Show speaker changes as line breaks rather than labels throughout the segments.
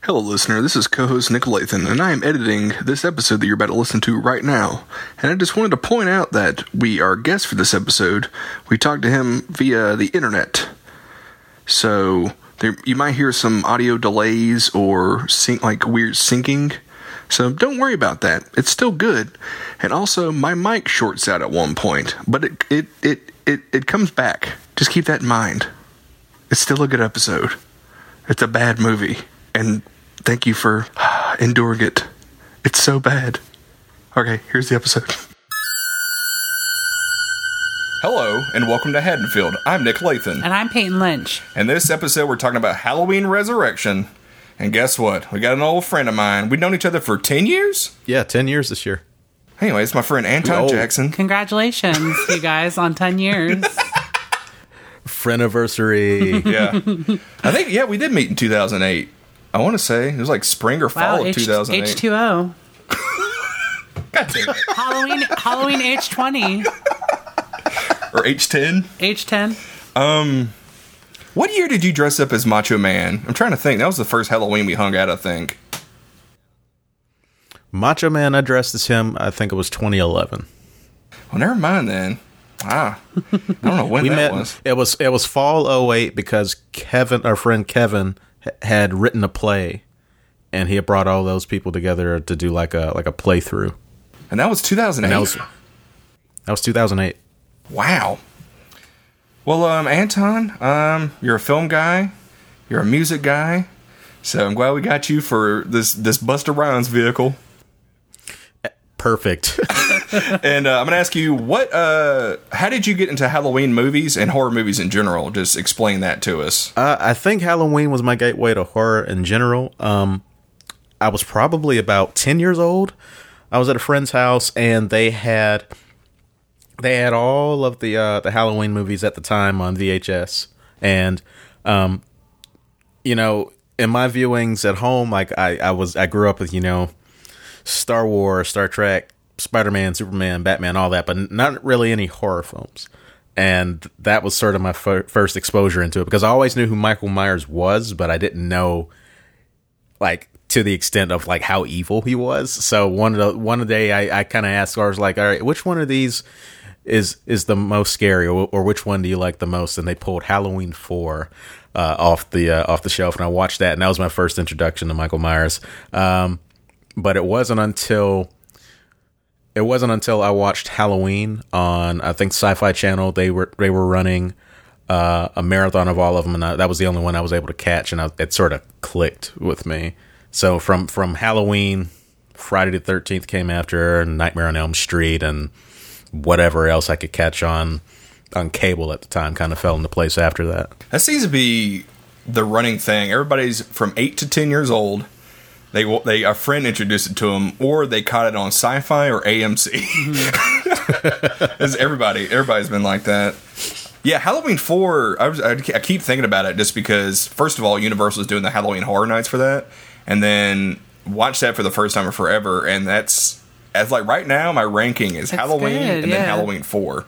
Hello, listener. This is co host Nick Lathan, and I am editing this episode that you're about to listen to right now. And I just wanted to point out that we, our guest for this episode, we talked to him via the internet. So there, you might hear some audio delays or sync, like weird syncing. So don't worry about that. It's still good. And also, my mic shorts out at one point, but it, it, it, it, it comes back. Just keep that in mind. It's still a good episode. It's a bad movie. And thank you for enduring it. It's so bad. Okay, here's the episode. Hello, and welcome to Haddonfield. I'm Nick Lathan.
And I'm Peyton Lynch.
And this episode, we're talking about Halloween Resurrection. And guess what? We got an old friend of mine. We've known each other for 10 years?
Yeah, 10 years this year.
Anyway, it's my friend Anton
old.
Jackson.
Congratulations, you guys, on 10 years.
Friendiversary.
Yeah. I think, yeah, we did meet in 2008. I want to say it was like spring or fall
Wow,
of
H-
2008.
H2O.
God damn it.
Halloween, Halloween H20,
Or H10.
H10.
What year did you dress up as Macho Man? I'm trying to think. That was the first Halloween we hung out, I think.
Macho Man, I dressed as him. I think it was 2011.
Well, never mind then. Ah, I don't know when
We
that
met.
was.
It was it was fall 08 because Kevin, our friend Kevin, h- had written a play, and he had brought all those people together to do like a like a playthrough.
And that was 2008.
And that was that was 2008.
Wow. Well, um, Anton, um, you're a film guy, you're a music guy, so I'm glad we got you for this this Buster Rhymes vehicle.
Perfect.
And uh, I'm gonna ask you what, uh, how did you get into Halloween movies and horror movies in general? Just explain that to us.
Uh, I think Halloween was my gateway to horror in general. Um, I was probably about ten years old. I was at a friend's house, and they had they had all of the uh, the Halloween movies at the time on VHS, and um, you know, in my viewings at home, like I, I was I grew up with you know Star Wars, Star Trek, Spider Man, Superman, Batman, all that, but n- not really any horror films. And that was sort of my fir- first exposure into it because I always knew who Michael Myers was, but I didn't know like to the extent of like how evil he was. So one of the one day I, I kind of asked, I was like, all right, which one of these is is the most scary, or, or which one do you like the most? And they pulled Halloween four uh, off the uh, off the shelf, and I watched that, and that was my first introduction to Michael Myers. Um, but it wasn't until it wasn't until I watched Halloween on I think Sci-Fi Channel they were they were running uh, a marathon of all of them and I, that was the only one I was able to catch and I, it sort of clicked with me. So from from Halloween, Friday the Thirteenth came after and Nightmare on Elm Street and whatever else I could catch on on cable at the time kind of fell into place after that.
That seems to be the running thing. Everybody's from eight to ten years old. They will- they a friend introduced it to them, or they caught it on Sci-Fi or AMC. As everybody, everybody's been like that. Yeah, Halloween four. I, was, I, I keep thinking about it just because first of all, Universal is doing the Halloween Horror Nights for that, and then watch that for the first time in forever. And that's as like right now, my ranking is
That's
Halloween
good,
and then
yeah.
Halloween four,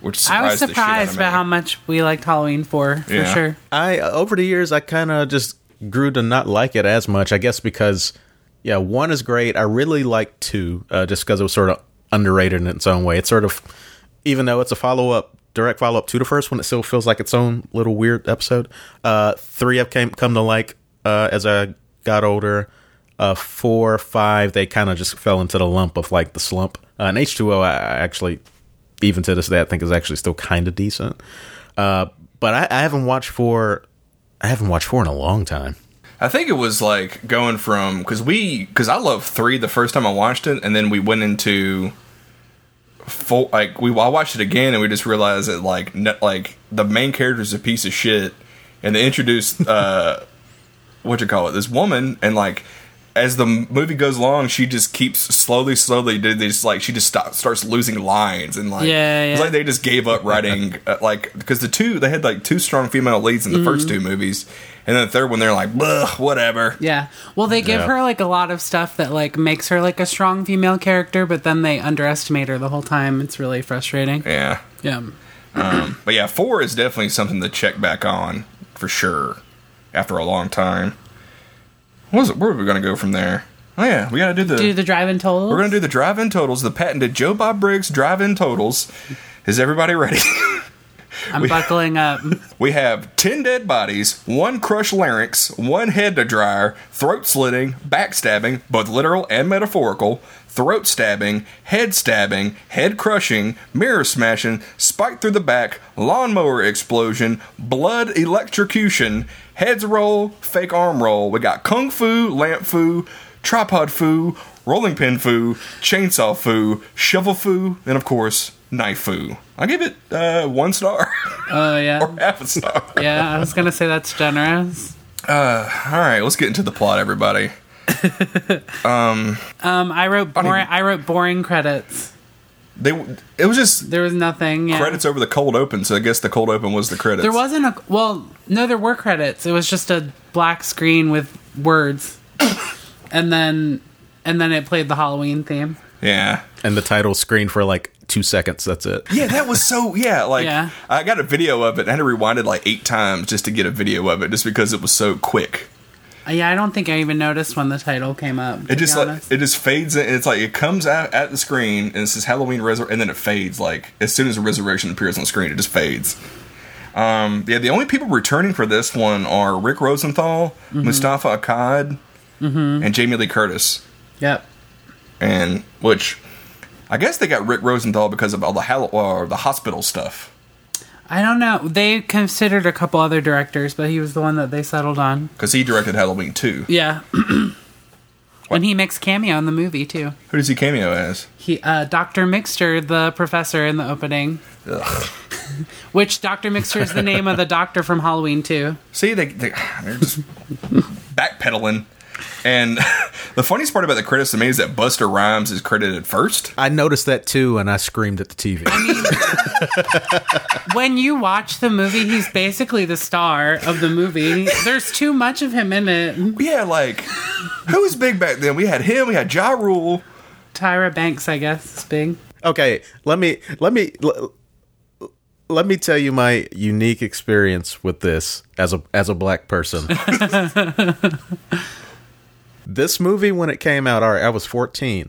which surprised
I was
the shit out of
surprised
me.
by how much we liked Halloween 4, for
Yeah.
sure.
I over the years I kind of just grew to not like it as much. I guess because yeah, one is great. I really like two, uh, just because it was sort of underrated in its own way. It's sort of even though it's a follow up, direct follow up to the first one, it still feels like its own little weird episode. Uh, three I've came come to like uh, as I got older. Uh, four, five, they kind of just fell into the lump of like the slump. Uh, and H two O, I I actually even to this day, I think is actually still kind of decent. Uh, but I, I haven't watched four. I haven't watched four in a long time.
I think it was like going from because we because I love three the first time I watched it, and then we went into four. Like we I watched it again, and we just realized that like no, like the main character is a piece of shit, and they introduced uh what you call it this woman, and like as the m- movie goes along, she just keeps slowly, slowly. They just like she just stop, starts losing lines, and like
Yeah, yeah.
it's like they just gave up writing uh, like because the two they had like two strong female leads in the first two movies, and then the third one they're like, "Bleh, whatever.
Mm-hmm. Yeah. Well, they give
Yeah.
her like a lot of stuff that like makes her like a strong female character, but then they underestimate her the whole time. It's really frustrating.
Yeah.
Yeah.
But yeah, four is definitely something to check back on for sure after a long time.
What is it? Where are we going to go from there? Oh yeah, we got to do the.
Do the drive-in totals?
we're going to do the drive-in totals. The patented Joe Bob Briggs drive-in totals. Is everybody ready?
I'm buckling up.
we have ten dead bodies, one crushed larynx, one head to dryer, throat slitting, backstabbing, both literal and metaphorical, throat stabbing, head stabbing, head crushing, mirror smashing, spike through the back, lawnmower explosion, blood electrocution, heads roll, fake arm roll. We got kung fu, lamp fu, tripod foo, rolling pin foo, chainsaw foo, shovel foo, and of course, knife foo. I give it uh, one star
Oh yeah,
or half a star.
yeah. I was gonna say that's generous.
All right, let's get into the plot, everybody.
Um, I wrote boring. I wrote boring credits.
They it was just
There was nothing. Yeah.
credits over the cold open, so I guess the cold open was the credits.
There wasn't a well. No, there were credits. It was just a black screen with words, and then and then it played the Halloween theme.
yeah.
And the title screen for like two seconds. That's it.
Yeah, that was so. Yeah, like
Yeah.
I got a video of it. and I had to rewind it like eight times just to get a video of it, just because it was so quick.
Uh, Yeah, I don't think I even noticed when the title came up.
It just like it just fades in. It's like it comes out at the screen and it says Halloween resur- and then it fades. Like as soon as the resurrection appears on the screen, it just fades. Um, yeah, the only people returning for this one are Rick Rosenthal,
Mm-hmm.
Mustafa Akkad, and Jamie Lee Curtis.
yep.
And which I guess they got Rick Rosenthal because of all the Hall- or the hospital stuff.
I don't know. They considered a couple other directors, but he was the one that they settled on.
because he directed Halloween too.
Yeah. and he makes cameo in the movie too.
Who does he cameo as?
He uh, Dr. Mixter, the professor in the opening. Which Dr. Mixter is the name of the doctor from Halloween too.
See, they, they they're just backpedaling. And the funniest part about the credits to me is that Buster Rhymes is credited first.
I noticed that too, and I screamed at the TV.
When you watch the movie, he's basically the star of the movie. There's too much of him in it.
Yeah, like who was big back then? We had him. We had Ja Rule.
Tyra Banks, I guess, is big.
okay, let me let me l- let me tell you my unique experience with this as a as a black person. this movie when it came out, all right, I was 14.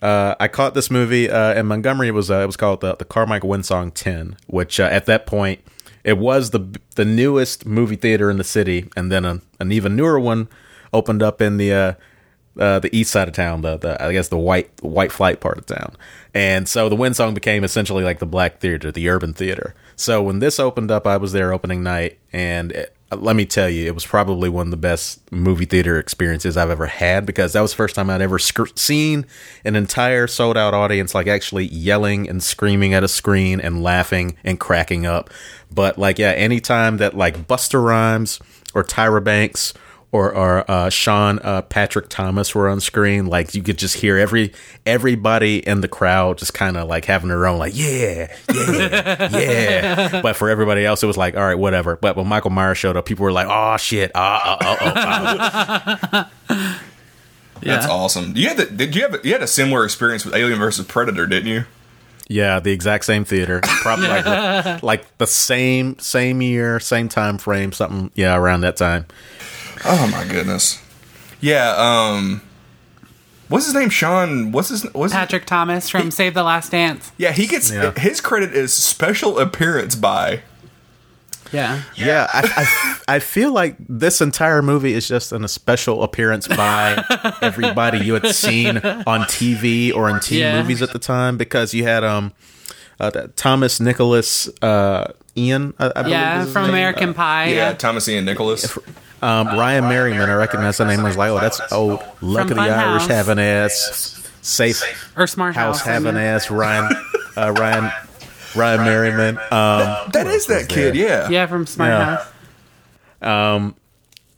Uh, I caught this movie uh, in Montgomery. It was uh, it was called the the Carmichael Winsong Ten, which uh, at that point it was the the newest movie theater in the city, and then a, an even newer one opened up in the uh, uh, the east side of town, the, the I guess the white white flight part of town, and so the Winsong became essentially like the black theater, the urban theater. So when this opened up, I was there opening night, and it, let me tell you, it was probably one of the best movie theater experiences I've ever had because that was the first time I'd ever sc- seen an entire sold out audience like actually yelling and screaming at a screen and laughing and cracking up. But like, yeah, anytime that like Buster Rhymes or Tyra Banks or, or uh, Sean uh, Patrick Thomas were on screen, like you could just hear every everybody in the crowd just kind of like having their own like yeah yeah yeah. But for everybody else, it was like all right, whatever. But when Michael Myers showed up, people were like oh shit ah ah, ah, ah.
That's awesome. You had the, did you have a, you had a similar experience with Alien versus Predator, didn't you?
Yeah, the exact same theater, probably like, the, like the same same year, same time frame, something. Yeah, around that time.
Oh my goodness. Yeah. Um. What's his name? Sean. What's his? What's his-
Patrick Thomas from Save the Last Dance.
yeah, he gets
Yeah.
his credit is special appearance by.
Yeah.
Yeah, I, I I feel like this entire movie is just an, a special appearance by everybody you had seen on TV or in teen
Yeah.
movies at the time because you had um uh, that Thomas Nicholas uh, Ian I, I believe
Yeah,
is his
from
name.
American Pie.
Yeah,
Yeah.
Thomas Ian Nicholas.
um, Ryan Merriman. I recognize that name. I was like, oh, that's oh, luck
From
of the Irish
Funhouse.
have an ass safe.
Or Smart House.
house having
isn't it?
ass Ryan uh, Ryan Ryan Merriman. Um,
That is that kid. Yeah.
Yeah, from Smart
Yeah.
House.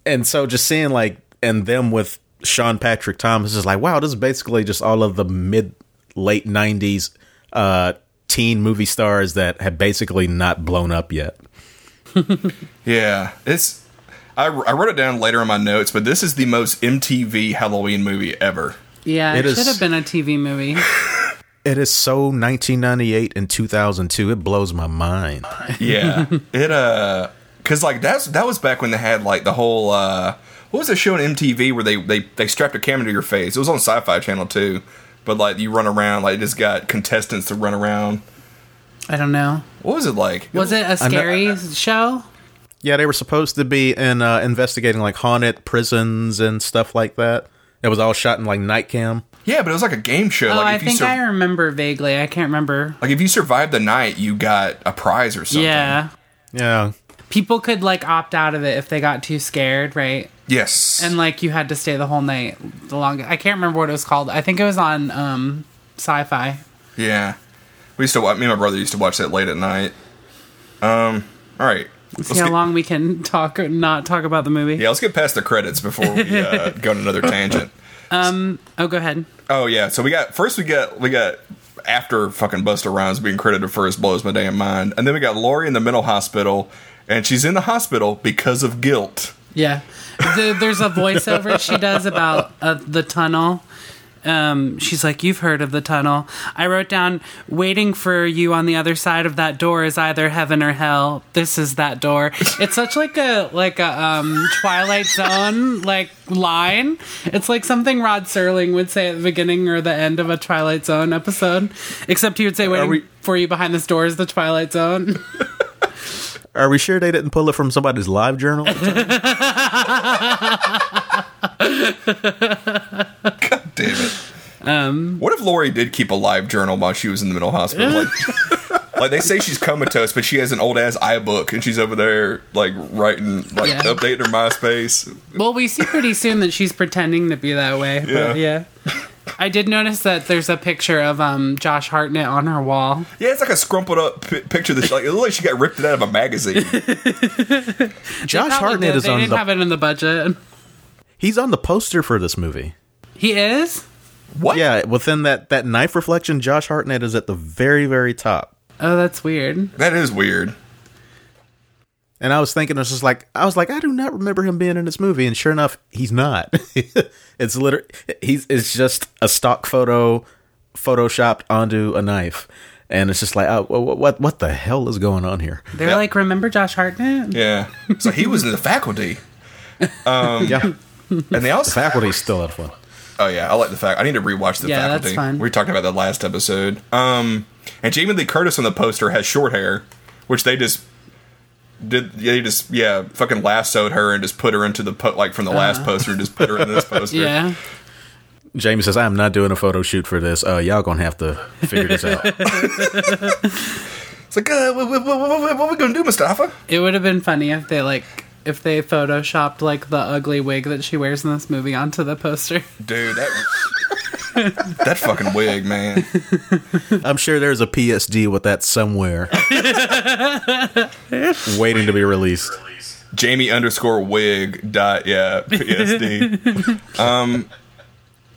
and so just seeing like and them with Sean Patrick Thomas is like, wow, this is basically just all of the mid late nineties uh teen movie stars that have basically not blown up yet.
Yeah, it's. I, I wrote it down later in my notes, but this is the most MTV Halloween movie ever.
Yeah, it,
It is-
should have been a TV movie.
It is so 1998 and 2002. It blows my mind.
Yeah, it uh, cause like that's that was back when they had like the whole uh, What was that show on MTV where they, they, they strapped a camera to your face? It was on Sci Fi Channel too. But like you run around, like it just got contestants to run around.
I don't know.
What was uh, it like?
Was it a scary
I-
show?
Yeah, they were supposed to be in uh, investigating like haunted prisons and stuff like that. It was all shot in like night cam.
Yeah, but it was like a game show.
Oh,
like
I
if
think
you sur-
I remember vaguely. I can't remember.
like if you survived the night, you got a prize or something.
Yeah.
Yeah,
People could like opt out of it if they got too scared, right?
Yes.
And like you had to stay the whole night. The long I can't remember what it was called. I think it was on um sci-fi.
Yeah. We used to watch, me and my brother used to watch that late at night. Um, all right. Let's
See how
get-
long we can talk or not talk about the movie.
Yeah, let's get past the credits before we uh, go on another tangent.
Oh, go ahead.
Oh yeah, so we got first we got we got after fucking Buster Rhymes being credited for his blows my damn mind, and then we got Lori in the mental hospital, and she's in the hospital because of guilt.
Yeah. The, there's a voiceover she does about uh, the tunnel. Um, she's like, You've heard of the tunnel. I wrote down, Waiting for you on the other side of that door is either heaven or hell. This is that door. It's such like a, like a, um, Twilight Zone, like, line. It's like something Rod Serling would say at the beginning or the end of a Twilight Zone episode. Except he would say, Waiting
we-
for you behind this door is the Twilight Zone.
are we sure they didn't pull it from somebody's live journal?
Damn it. Um, what if Lori did keep a live journal while she was in the mental hospital? Like, like they say she's comatose, but she has an old ass iBook, and she's over there like writing, like
Yeah.
updating her MySpace.
Well, we see pretty soon that she's pretending to be that way. But yeah. I did notice that there's a picture of um, Josh Hartnett on her wall.
Yeah, it's like a scrumpled up pi picture. That she, like it looks like she got ripped it out of a magazine.
Josh
Probably
Hartnett
did.
is
they
on
didn't have
the
it in the budget.
he's on the poster for this movie.
He is.
What?
Yeah, within that that knife reflection, Josh Hartnett is at the very very top.
Oh, that's weird.
that is weird.
And I was thinking, I was just like, I was like, I do not remember him being in this movie. And sure enough, he's not. it's literally, he's it's just a stock photo, photoshopped onto a knife, and it's just like, oh, what what, what the hell is going on here?
They're
Yeah.
like, remember Josh Hartnett?
Yeah. So he was in the faculty,
yeah,
and they also
faculty's still out of one.
Oh yeah, I like the fact. I need to rewatch the
Yeah,
faculty.
that's fine.
We talked about that last episode. Um, and Jamie Lee Curtis on the poster has short hair, which they just did. They just yeah, fucking lassoed her and just put her into the po- like from the last poster and just put her in this poster.
Yeah.
Jamie says, I'm not doing a photo shoot for this. Uh, y'all gonna have to figure this out.
It's like, uh, what, what, what, what, what we gonna do, Mustafa?
It would have been funny if they like if they photoshopped like the ugly wig that she wears in this movie onto the poster.
Dude, that that fucking wig, man.
I'm sure there's a PSD with that somewhere, waiting to be released.
Jamie underscore wig dot yeah PSD. um,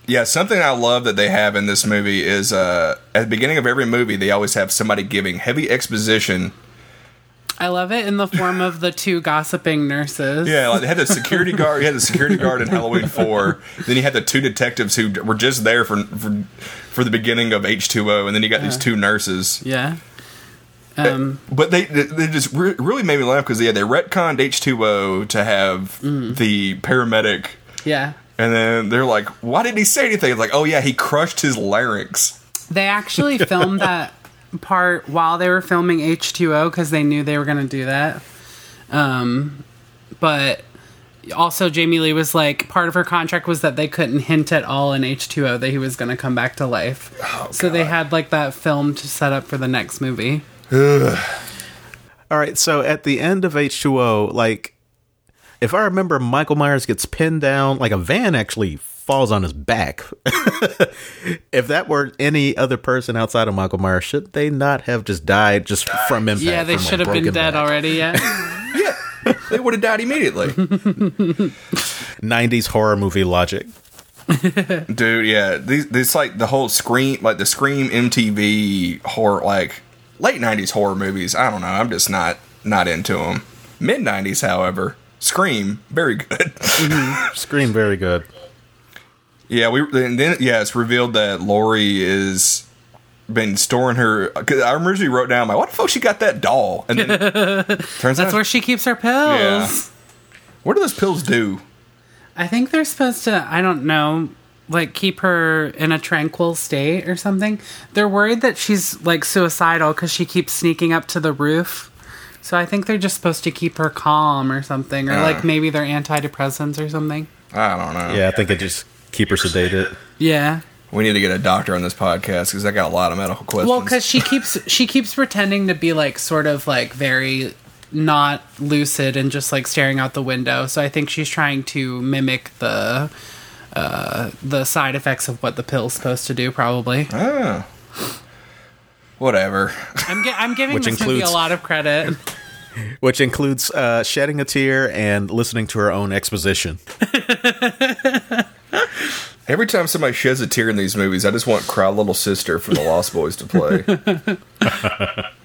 yeah, something I love that they have in this movie is uh, at the beginning of every movie they always have somebody giving heavy exposition.
I love it in the form of the two gossiping nurses.
Yeah, like they had the security guard. You had the security guard in Halloween Four. Then you had the two detectives who were just there for for, for the beginning of H two O, and then you got these two nurses.
Yeah. Um,
But they they- they just re- really made me laugh because yeah, they retconned H two O to have the paramedic
yeah.
And then they're like, why didn't he say anything? It's like, oh yeah, he crushed his larynx.
They actually filmed that part while they were filming H2O because they knew they were going to do that. Um, but also, Jamie Lee was like, part of her contract was that they couldn't hint at all in H2O that he was going to come back to life.
Oh,
so they had like that filmed to set up for the next movie.
All right, so at the end of H2O, like if I remember Michael Myers gets pinned down, like a van actually falls on his back. if that were any other person outside of Michael Myers, should they not have just died just from impact?
Yeah, they
from a
should have been
broken
dead
back?
already. Yeah.
They would have died immediately.
90s horror movie logic.
Dude, yeah. These it's like the whole scream like the Scream MTV horror like late nineties horror movies. I don't know. I'm just not not into them. Mid nineties, however, Scream, very good.
Mm-hmm.
Scream very good.
yeah, we and then yeah, it's revealed that Lori is been storing her. Cause I remember she wrote down like, what the fuck she got that doll? And then turns
That's
out
where she keeps her pills.
Yeah. what do those pills do?
I think they're supposed to, I don't know, like keep her in a tranquil state or something. They're worried that she's like suicidal because she keeps sneaking up to the roof. So I think they're just supposed to keep her calm or something, or like maybe they're antidepressants or something.
I don't know.
Yeah, I think it just keep her sedated.
Yeah.
We need to get a doctor on this podcast because I got a lot of medical questions.
Well, because she keeps she keeps pretending to be like sort of like very not lucid and just like staring out the window. So I think she's trying to mimic the uh, the side effects of what the pill's supposed to do. Probably.
Ah. whatever.
I'm, gi- I'm giving
Which
this movie
includes-
a lot of credit.
Which includes uh, shedding a tear and listening to her own exposition.
Every time somebody sheds a tear in these movies, I just want "Cry Little Sister" from the Lost Boys to play.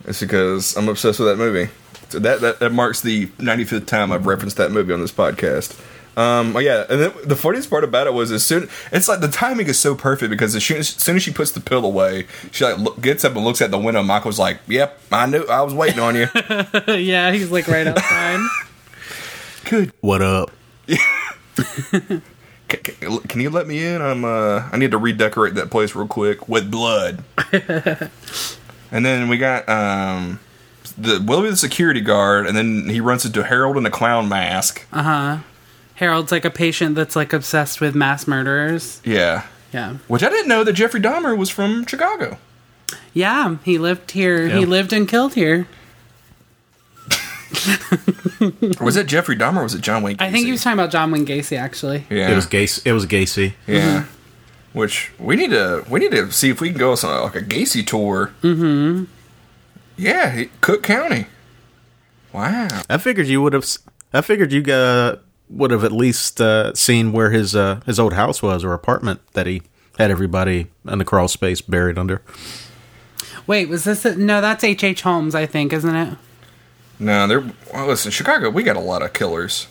it's because I'm obsessed with that movie. So that, that that marks the 95th time I've referenced that movie on this podcast. Um, oh yeah, and then the funniest part about it was as soon it's like the timing is so perfect because as soon as, soon as she puts the pill away, she like look, gets up and looks at the window. Michael's like, "Yep, I knew I was waiting on you."
yeah, he's like right outside.
Good.
What up?
C- c- Can you let me in? I'm uh, I need to redecorate that place real quick with blood. and then we got um, the Willoughby the security guard, and then he runs into Harold in a clown mask.
Uh. Harold's like a patient that's like obsessed with mass murderers.
Yeah,
Yeah.
which I didn't know that Jeffrey Dahmer was from Chicago.
Yeah, he lived here. He
Yeah.
lived and killed here.
Or was it Jeffrey Dahmer? or Was it John Wayne?
I think
Gacy?
he was talking about John Wayne Gacy actually.
Yeah,
It was Gacy. It was Gacy.
yeah.
mm-hmm.
Which we need to we need to see if we can go on some, like a Gacy tour. Mm-hmm. Yeah, he- Cook County. Wow.
I figured you would have. s- I figured you uh, would have at least uh, seen where his uh, his old house was or apartment that he had everybody in the crawl space buried under.
Wait, was this a, no? That's H. H. Holmes, I think, isn't it?
No, there. Well, listen, Chicago, we got a lot of killers.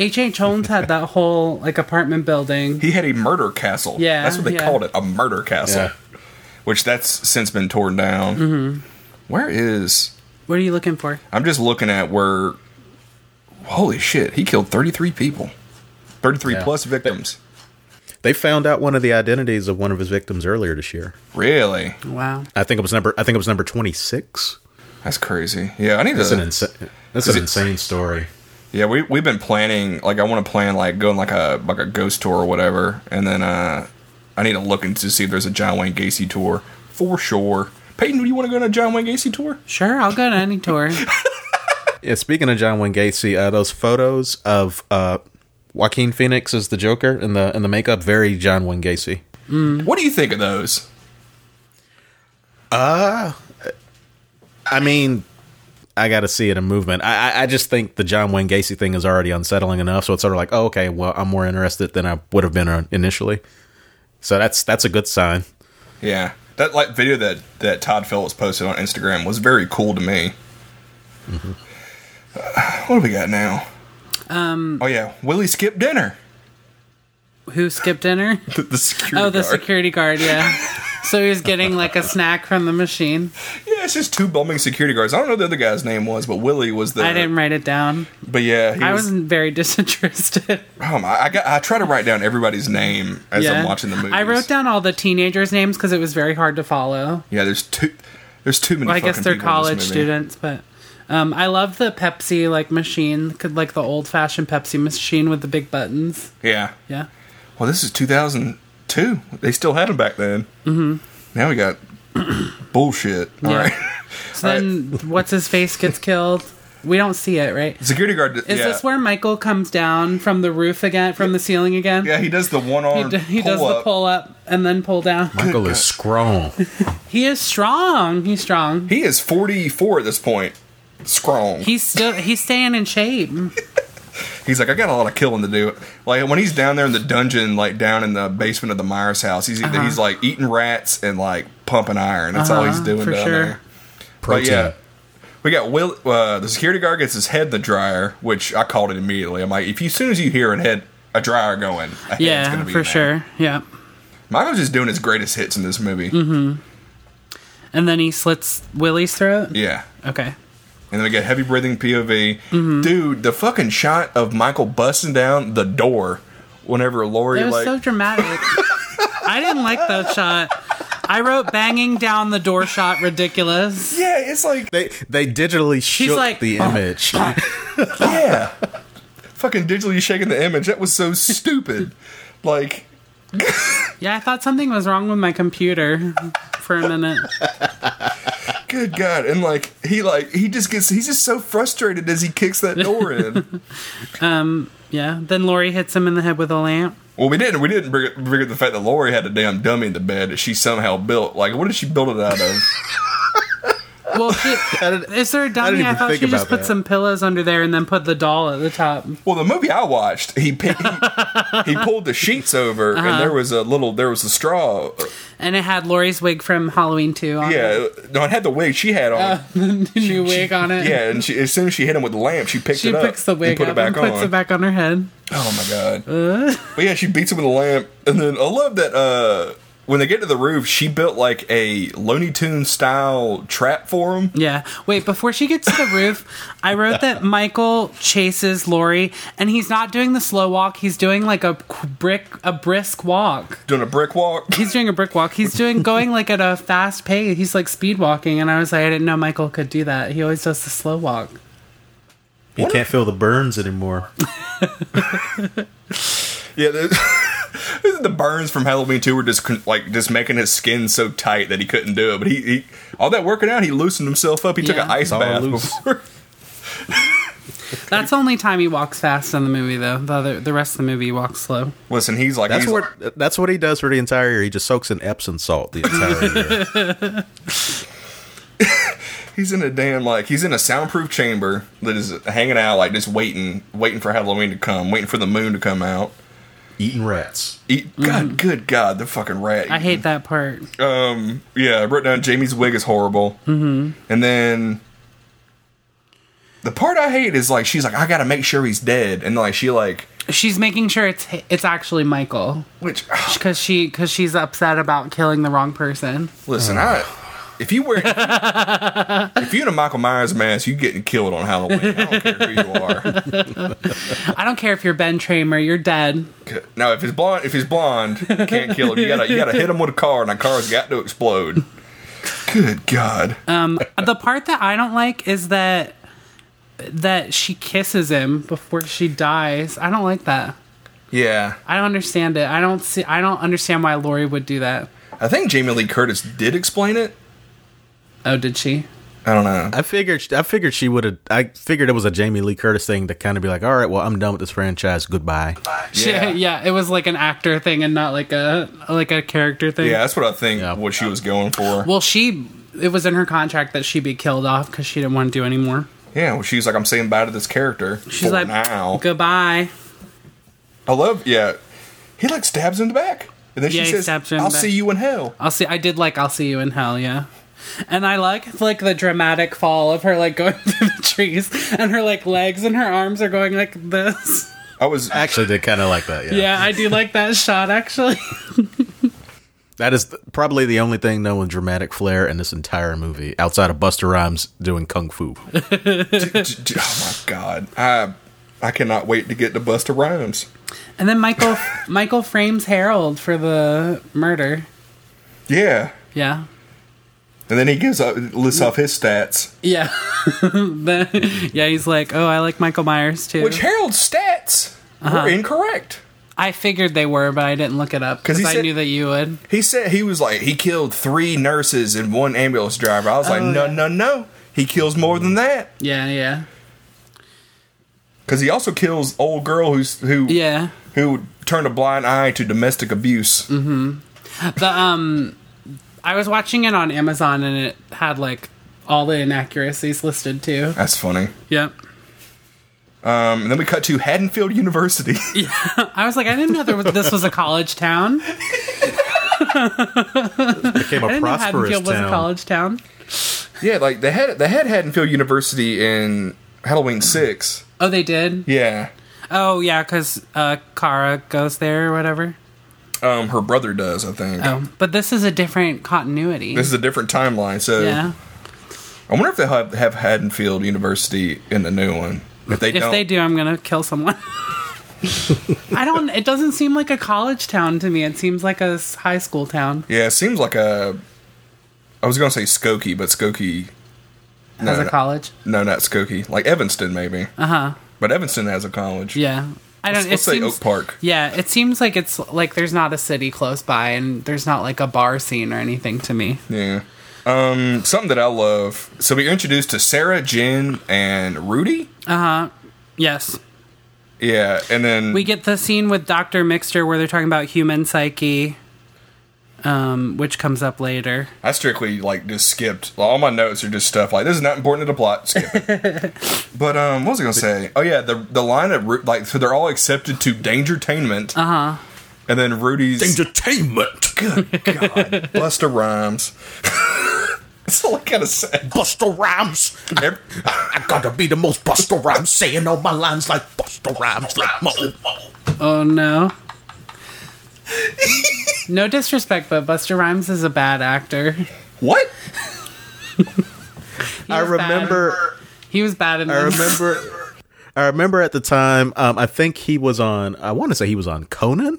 H. H. Holmes had that whole like apartment building.
He had a murder castle.
Yeah,
that's what they
yeah.
called it—a murder castle,
Yeah.
which that's since been torn down. Mm-hmm. is?
What are you looking for?
I'm just looking at where. Holy shit! He killed 33 people, 33
Yeah.
plus victims.
They found out one of the identities of one of his victims earlier this year.
really?
Wow.
I think it was number. I think it was number twenty six.
That's crazy. Yeah, I need
That's
to.
an insane. That's
Is
an
it-
insane story.
Yeah, we we've been planning. Like, I want to plan like going like a like a ghost tour or whatever, and then uh, I need to look into see if there's a John Wayne Gacy tour for sure. Peyton, do you want to go on a John Wayne Gacy tour?
Sure, I'll go to any tour.
Yeah, speaking of John Wayne Gacy, uh, those photos of uh, Joaquin Phoenix as the Joker in the in the makeup very John Wayne Gacy.
What do you think of those?
I mean, I got to see it in movement. I, I I just think the John Wayne Gacy thing is already unsettling enough, so it's sort of like, oh, okay, well, I'm more interested than I would have been uh, initially. So that's that's a good sign.
Yeah, that like video that that Todd Phillips posted on Instagram was very cool to me. Uh, what do we got now? Um. Oh yeah, Willie skipped dinner.
Who skipped dinner?
The, the security
Oh, the
guard.
security guard. Yeah. So he was getting like a snack from the machine.
yeah, it's just two bumming security guards. I don't know what the other guy's name was, but Willie was the.
I didn't write it down.
But yeah, he
I
was.
was very disinterested.
Oh my! I got. I try to write down everybody's name as
yeah.
I'm watching the movie.
I wrote down all the teenagers' names because it was very hard to follow.
Yeah, there's two. There's too many.
Well, I guess
fucking
they're
people in this
college
movie.
students, but um, I love the Pepsi like machine, could like the old fashioned Pepsi machine with the big buttons.
Yeah.
Yeah.
Well, this is 2002. They still had them back then. Mm-hmm. Now we got bullshit. All
Yeah.
right.
So
Uh,
then, what's his face gets killed? We don't see it, right?
Security guard.
Is
yeah.
this where Michael comes down from the roof again, from the ceiling again?
Yeah, he does the one
He,
arm.
d- he does the pull up and then pull down.
Michael is strong.
He is strong. He's strong.
He is 44 at this point. Strong.
He's still he's staying in shape.
he's like, I got a lot of killing to do. Like when he's down there in the dungeon, like down in the basement of the Myers house, he's he's like eating rats and like pumping iron. That's all he's
Uh-huh,
doing
for
down
sure.
there.
Protein.
But yeah, we got Will. Uh, the security guard gets his head in the dryer, which I called it immediately. I'm like, if you as soon as you hear a head, a dryer going, a head's
Yeah,
gonna be
for
in there.
sure. Yeah.
Michael's just doing his greatest hits in
Mm-hmm.
this movie.
And then he slits Willie's throat.
Yeah,
Okay.
And then we got heavy breathing POV.
Mm-hmm.
Dude, the fucking shot of Michael busting down the door whenever Lori
It was
like
so dramatic. I didn't like that shot. I wrote banging down the door shot ridiculous.
Yeah, it's like
They they digitally shook
like,
the image.
yeah. fucking digitally shaking the image. That was so stupid. Like
Yeah, I thought something was wrong with my computer for a minute.
Good God! And like he like he just gets he's just so frustrated as he kicks that door in.
Yeah. Then Lori hits him in the head with a lamp.
well, we didn't we didn't bring, bring up the fact that Lori had a damn dummy in the bed that she somehow built. Like what did she build it out of?
Well, she,
did-
is there a dummy?
even
I, thought
think
she just
about
put
that.
some pillows under there and then put the doll at the top.
well, the movie I watched, he pi- he, he pulled the sheets over
Uh-huh.
and there was a little there was a straw. uh,
And it had Lori's wig from Halloween 2 on it.
Yeah, no, it had the wig she had on.
the new Uh, wig on it.
yeah, and she, as soon as she hit him with the lamp, she picked
She
it up
picks the wig
and put
up
it back
and puts
on.
it back Uh. on her head.
Oh my god. But yeah, she beats him with a lamp. And then I love that uh when they get to the roof, she built like a Looney Tunes style trap for him.
Yeah. Wait, before she gets to the roof, I wrote that Michael chases Lori and he's not doing the slow walk. He's doing like a qu- brick a brisk walk.
Doing a brick walk.
He's doing a brick walk. He's doing going like at a fast pace. He's like speed walking and I was like I didn't know Michael could do that. He always does the slow walk.
you can't feel the burns anymore.
Yeah, the, the burns from Halloween 2 were just con- like just making his skin so tight that he couldn't do it. But he, he all that working out, he loosened himself up. He took
Yeah.
an ice
It's all
bath
loose.
before.
That's the only time he walks fast in the movie though. The other, the rest of the movie he walks slow.
Listen, he's like
That's
he's
what that's what he does for the entire year. He just soaks in Epsom salt the entire year.
he's in a damn like he's in a soundproof chamber that is hanging out like just waiting waiting for Halloween to come, waiting for the moon to come out.
Eating rats.
Eat, God, good God, the fucking rat.
I hate that part.
Um, yeah, I wrote down Jamie's wig is horrible, mm-hmm. and then the part I hate is like she's like, I gotta make sure he's dead, and like she like,
She's making sure it's it's actually Michael
which
cuz she cuz she's upset about killing the wrong person.
listen, I if you wear if you in a Michael Myers mask, you getting killed on Halloween. I don't care who you are.
I don't care if you're Ben Tramer, you're dead.
Now, if he's blonde, if he's blonde, you can't kill him. You gotta you gotta hit him with a car, and that car's got to explode. Good God.
Uh, the part that I don't like is that that she kisses him before she dies. I don't like that.
yeah,
I don't understand it. I don't see. I don't understand why Lori would do that.
I think Jamie Lee Curtis did explain it.
Oh, did she?
I don't know.
I figured I figured she would have I figured it was a Jamie Lee Curtis thing to kind of be like, "All right, well, I'm done with this franchise. Goodbye."
She-
Yeah.
Yeah. it was like an actor thing and not like a like a character thing.
Yeah, that's what I think.
Yeah.
What she was going for.
Well, she. It was in her contract that she be killed off because she didn't want to do anymore.
yeah, well, she's like, I'm saying bye to this character.
She's
for
like,
now.
goodbye.
I love. Yeah, he like stabs him in the back, and then
Yeah,
she
he
says,
stabs her in
"I'll
the back. Uh,
see you in hell."
I'll see. I did like. I'll see you in hell. Yeah. And I like like the dramatic fall of her like going through the trees and her like legs and her arms are going like this.
I was.
I actually did kind of like that. Yeah.
Yeah, I do like that shot actually.
That is th- probably the only thing known with dramatic flair in this entire movie outside of Buster Rhymes doing kung fu.
d- d- oh my god, I I cannot wait to get to Buster Rhymes.
And then Michael Michael frames Harold for the murder.
Yeah,
Yeah.
and then he gives up lists off his stats,
Yeah. The- yeah, he's like, "Oh, I like Michael Myers too."
which Harold's stats were incorrect.
I figured they were, but I didn't look it up
'Cause
cuz
he
I
said-
knew that you would.
He said he was like he killed three nurses and one ambulance driver. I was like, no, no, no. He kills more than that
Yeah, yeah.
because he also kills old girl who's who
Yeah.
who turned a blind eye to domestic abuse.
The um I was watching it on Amazon and it had like all the inaccuracies listed too.
That's funny.
Yep.
Um, and then we cut to Haddonfield University.
I was like, I didn't know there was, this was a college town.
Became
I
a
didn't know
prosperous
Haddonfield was a
town.
college town.
yeah, like they had they had Haddonfield University in Halloween six.
Oh, they did.
Yeah,
Oh yeah, because uh, Kara goes there or whatever.
um, her brother does, I think.
Oh, but this is a different continuity.
This is a different timeline, so
yeah,
I wonder if they have, have Haddonfield University in the new one. If they
If
don't,
they do, I'm gonna kill someone. I don't. It doesn't seem like a college town to me. It seems like a s- high school town.
yeah, it seems like a. I was gonna say Skokie, but Skokie. No,
Has a
no,
college?
no, not Skokie. Like Evanston, maybe. Uh huh. But Evanston has a college.
Uh-huh. Yeah. I don't.
Let's
it
say
seems,
Oak Park.
Yeah, it seems like it's like there's not a city close by, and there's not like a bar scene or anything to me.
Yeah. Um, something that I love. So we are introduced to Sarah, Jen, and Rudy.
Yes,
Yeah, and then
we get the scene with Doctor Mixter where they're talking about human psyche, um, which comes up later.
I strictly like just skipped. All my notes are just stuff like this is not important to the plot. Skip it. but um, what was I gonna say? Oh yeah, the the line of Ru- like so they're all accepted to Dangertainment. Uh huh. And then Rudy's
Entertainment.
Good God, Buster Rhymes. That's all I gotta say.
Buster Rhymes.
Every-
I gotta be the most Buster Rhymes, saying all my lines like Buster Rhymes, like my old
Oh no. no disrespect, but Buster Rhymes is a bad actor. He
what?
I
was bad.
remember.
He was bad in
I
this.
remember. I remember at the time. Um, I think he was on. I want to say he was on Conan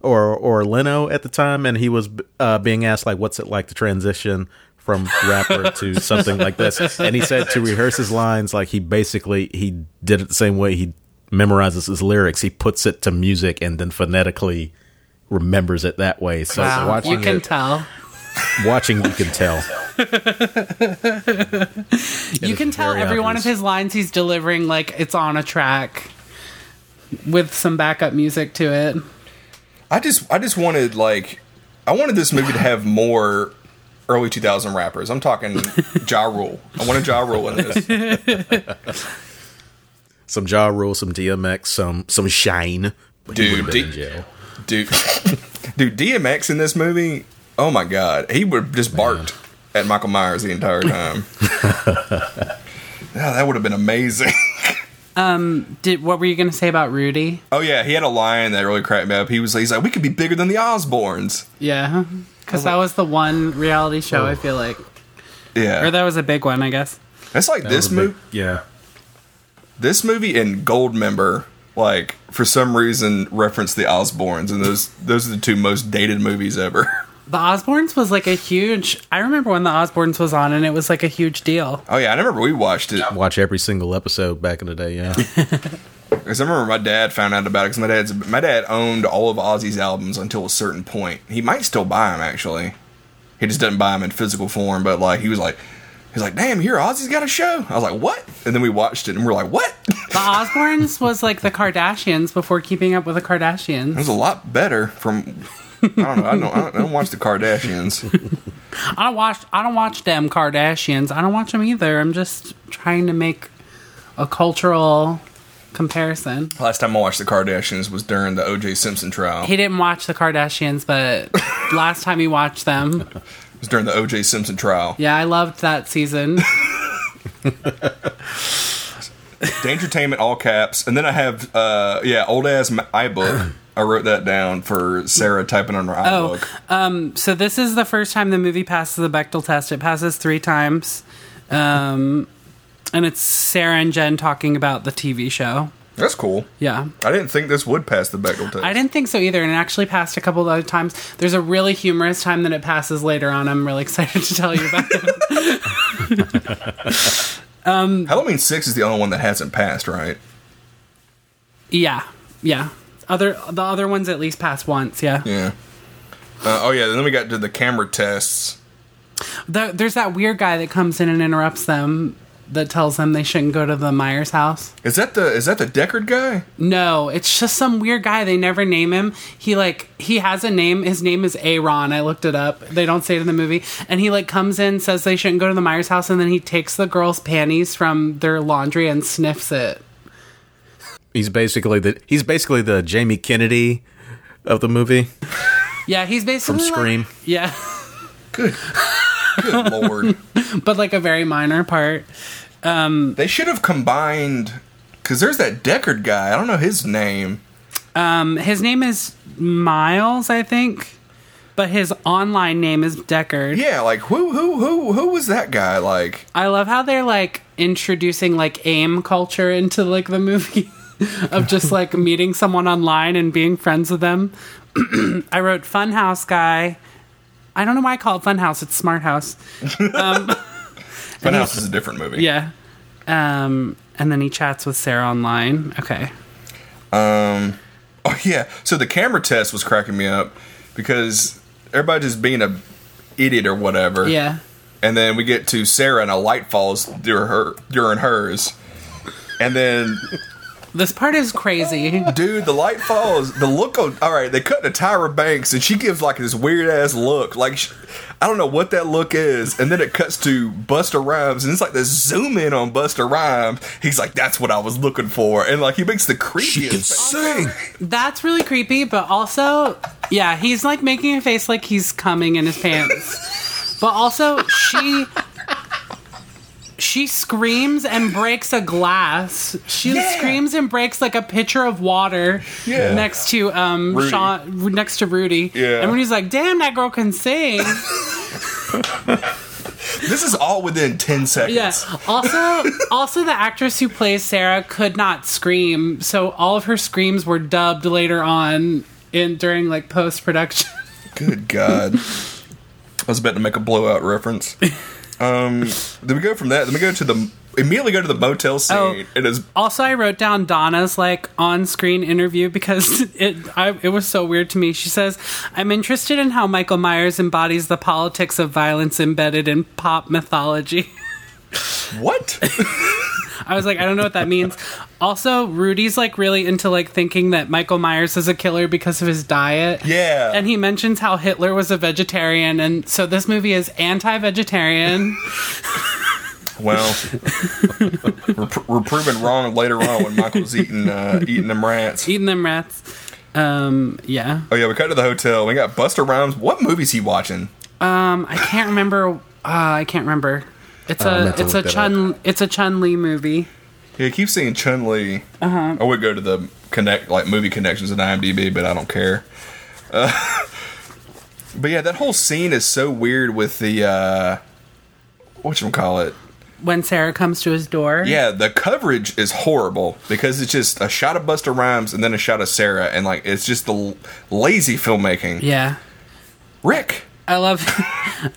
or or Leno at the time, and he was uh, being asked like, "What's it like to transition?" From rapper to something like this, and he said to rehearse his lines, like he basically he did it the same way he memorizes his lyrics. He puts it to music and then phonetically remembers it that way. So
Wow,
watching
you can
it,
tell.
watching you can tell.
you can
it's
tell
very
every one of
obvious.
his lines he's delivering like it's on a track with some backup music to it.
I just I just wanted like I wanted this movie to have more early 2000 rappers. I'm talking Ja Rule. I wanted Ja Rule in this.
some jaw rule, some DMX, some some shine. But he would've
Dude,
been
D-
in jail.
Dude, dude, DMX in this movie. Oh my god, he would have just barked at Michael Myers the entire time. yeah, that would have been amazing.
Did what were you going to say about Rudy?
oh yeah, he had a line that really cracked me up. He was he's like, we could be bigger than the Osbournes.
Yeah. Cuz that was the one reality show I feel like or
Yeah,
that was a big one, I guess.
that's like this
That was a
movie.
big- yeah.
this movie and Goldmember, like for some reason, reference the Osbournes, and those those are the two most dated movies ever.
The Osbournes was like a huge I remember when the Osbournes was on and it was like a huge deal.
Oh yeah, I remember we watched it
Watch every single episode back in the day. Yeah,
because I remember my dad found out about it because my dad's my dad owned all of Ozzy's albums until a certain point. He might still buy them actually. He just doesn't buy them in physical form, but like he was like. He's like, damn, here Ozzy's got a show. I was like, what? And then we watched it, and we are like, what? it
The Osbournes was like the Kardashians before keeping up with the Kardashians.
was a lot better. From I don't know. I don't. I don't, I don't watch the Kardashians.
I don't watch I don't watch them Kardashians. I don't watch them either. I'm just trying to make a cultural comparison.
Last time I watched the Kardashians was during the O.J. Simpson trial.
He didn't watch the Kardashians, but last time he watched them,
It was during the O.J. Simpson trial.
yeah, I loved that season.
Dangertainment, all caps. And then I have, uh, yeah, old ass m- iBook. I wrote that down for Sarah typing on her
Oh.
iBook.
So this is the first time the movie passes the Bechtel test. It passes three times, um, and it's Sarah and Jen talking about the TV show.
That's cool.
Yeah,
I didn't think this would pass the Bechdel test.
I didn't think so either, and it actually passed a couple of other times. There's a really humorous time that it passes later on. I'm really excited to tell you about it.
Halloween 6 is the only one that hasn't passed, right?
Yeah, yeah. Other the other ones at least pass once. Yeah.
Yeah. Uh, oh, yeah. Then we got to the camera tests.
The, there's that weird guy that comes in and interrupts them. That tells them they shouldn't go to the Myers house.
Is that the is that the Deckard guy?
No, it's just some weird guy. They never name him. He like he has a name. His name is Aaron. I looked it up. They don't say it in the movie. And he like comes in, says they shouldn't go to the Myers house, and then he takes the girls' panties from their laundry and sniffs it.
he's basically the he's basically the Jamie Kennedy of the movie
Yeah, he's
from
basically like-
Scream.
yeah,
Good. Good lord.
but like a very minor part.
They should have combined. Because there's that Deckard guy. I don't know his name.
His name is Miles, I think. but his online name is Deckard.
Yeah, like who who who who was that guy? Like
I love how they're like introducing like aim culture into like the movie of just like meeting someone online and being friends with them. I wrote Funhouse guy. I don't know why I call it Funhouse. It's Smart House.
Funhouse is a different movie.
Yeah. Um, and then he chats with Sarah online. Okay.
Oh yeah. So the camera test was cracking me up because everybody just being a idiot or whatever.
Yeah.
And then we get to Sarah and a light falls during her during hers. And then
This part is crazy.
dude, the light falls. The look on all right, they cut to Tyra Banks and she gives like this weird ass look. Like sh I don't know what that look is. And then it cuts to Buster Rhymes and it's like this zoom in on Buster Rhymes. He's like, That's what I was looking for. And like he makes the creepiest face.
sing.
That's really creepy, but also, yeah, he's like making a face like he's coming in his pants. But also, she she screams and breaks a glass. She
Yeah.
screams and breaks like a pitcher of water
Yeah.
next to um
Rudy.
Sean next to Rudy.
Yeah.
And Rudy's like, "Damn, that girl can sing."
This is all within ten seconds.
Yeah. Also, also the actress who plays Sarah could not scream, so all of her screams were dubbed later on in during like post production.
Good God. I was about to make a blowout reference. Um, then we go from that. Then we go to the immediately go to the motel scene.
Oh.
It is
Also, I wrote down Donna's like on-screen interview because it I, it was so weird to me. She says, "I'm interested in how Michael Myers embodies the politics of violence embedded in pop mythology."
what?
I was like, I don't know what that means. Also, Rudy's like really into like thinking that Michael Myers is a killer because of his diet.
Yeah.
And he mentions how Hitler was a vegetarian and so this movie is anti-vegetarian.
well, we're, pr- we're proven wrong later on when Michael's eating uh, eating them rats.
eating them rats. Um, yeah.
Oh yeah, we cut to the hotel. We got Buster Rhymes. What movie's he watching?
Um, I can't remember. Uh, I can't remember. It's
I
a
meant to
it's a
look that
Chun it's a Chun Li movie.
Yeah, I keep seeing Chun Li. Uh-huh. I would go to the connect like movie connections in IMDb, but I don't care. Uh, but yeah, that whole scene is so weird with the uh, what you call it.
When Sarah comes to his door.
Yeah, the coverage is horrible because it's just a shot of Buster Rhymes and then a shot of Sarah, and like it's just the l- lazy filmmaking.
Yeah.
Rick,
I love,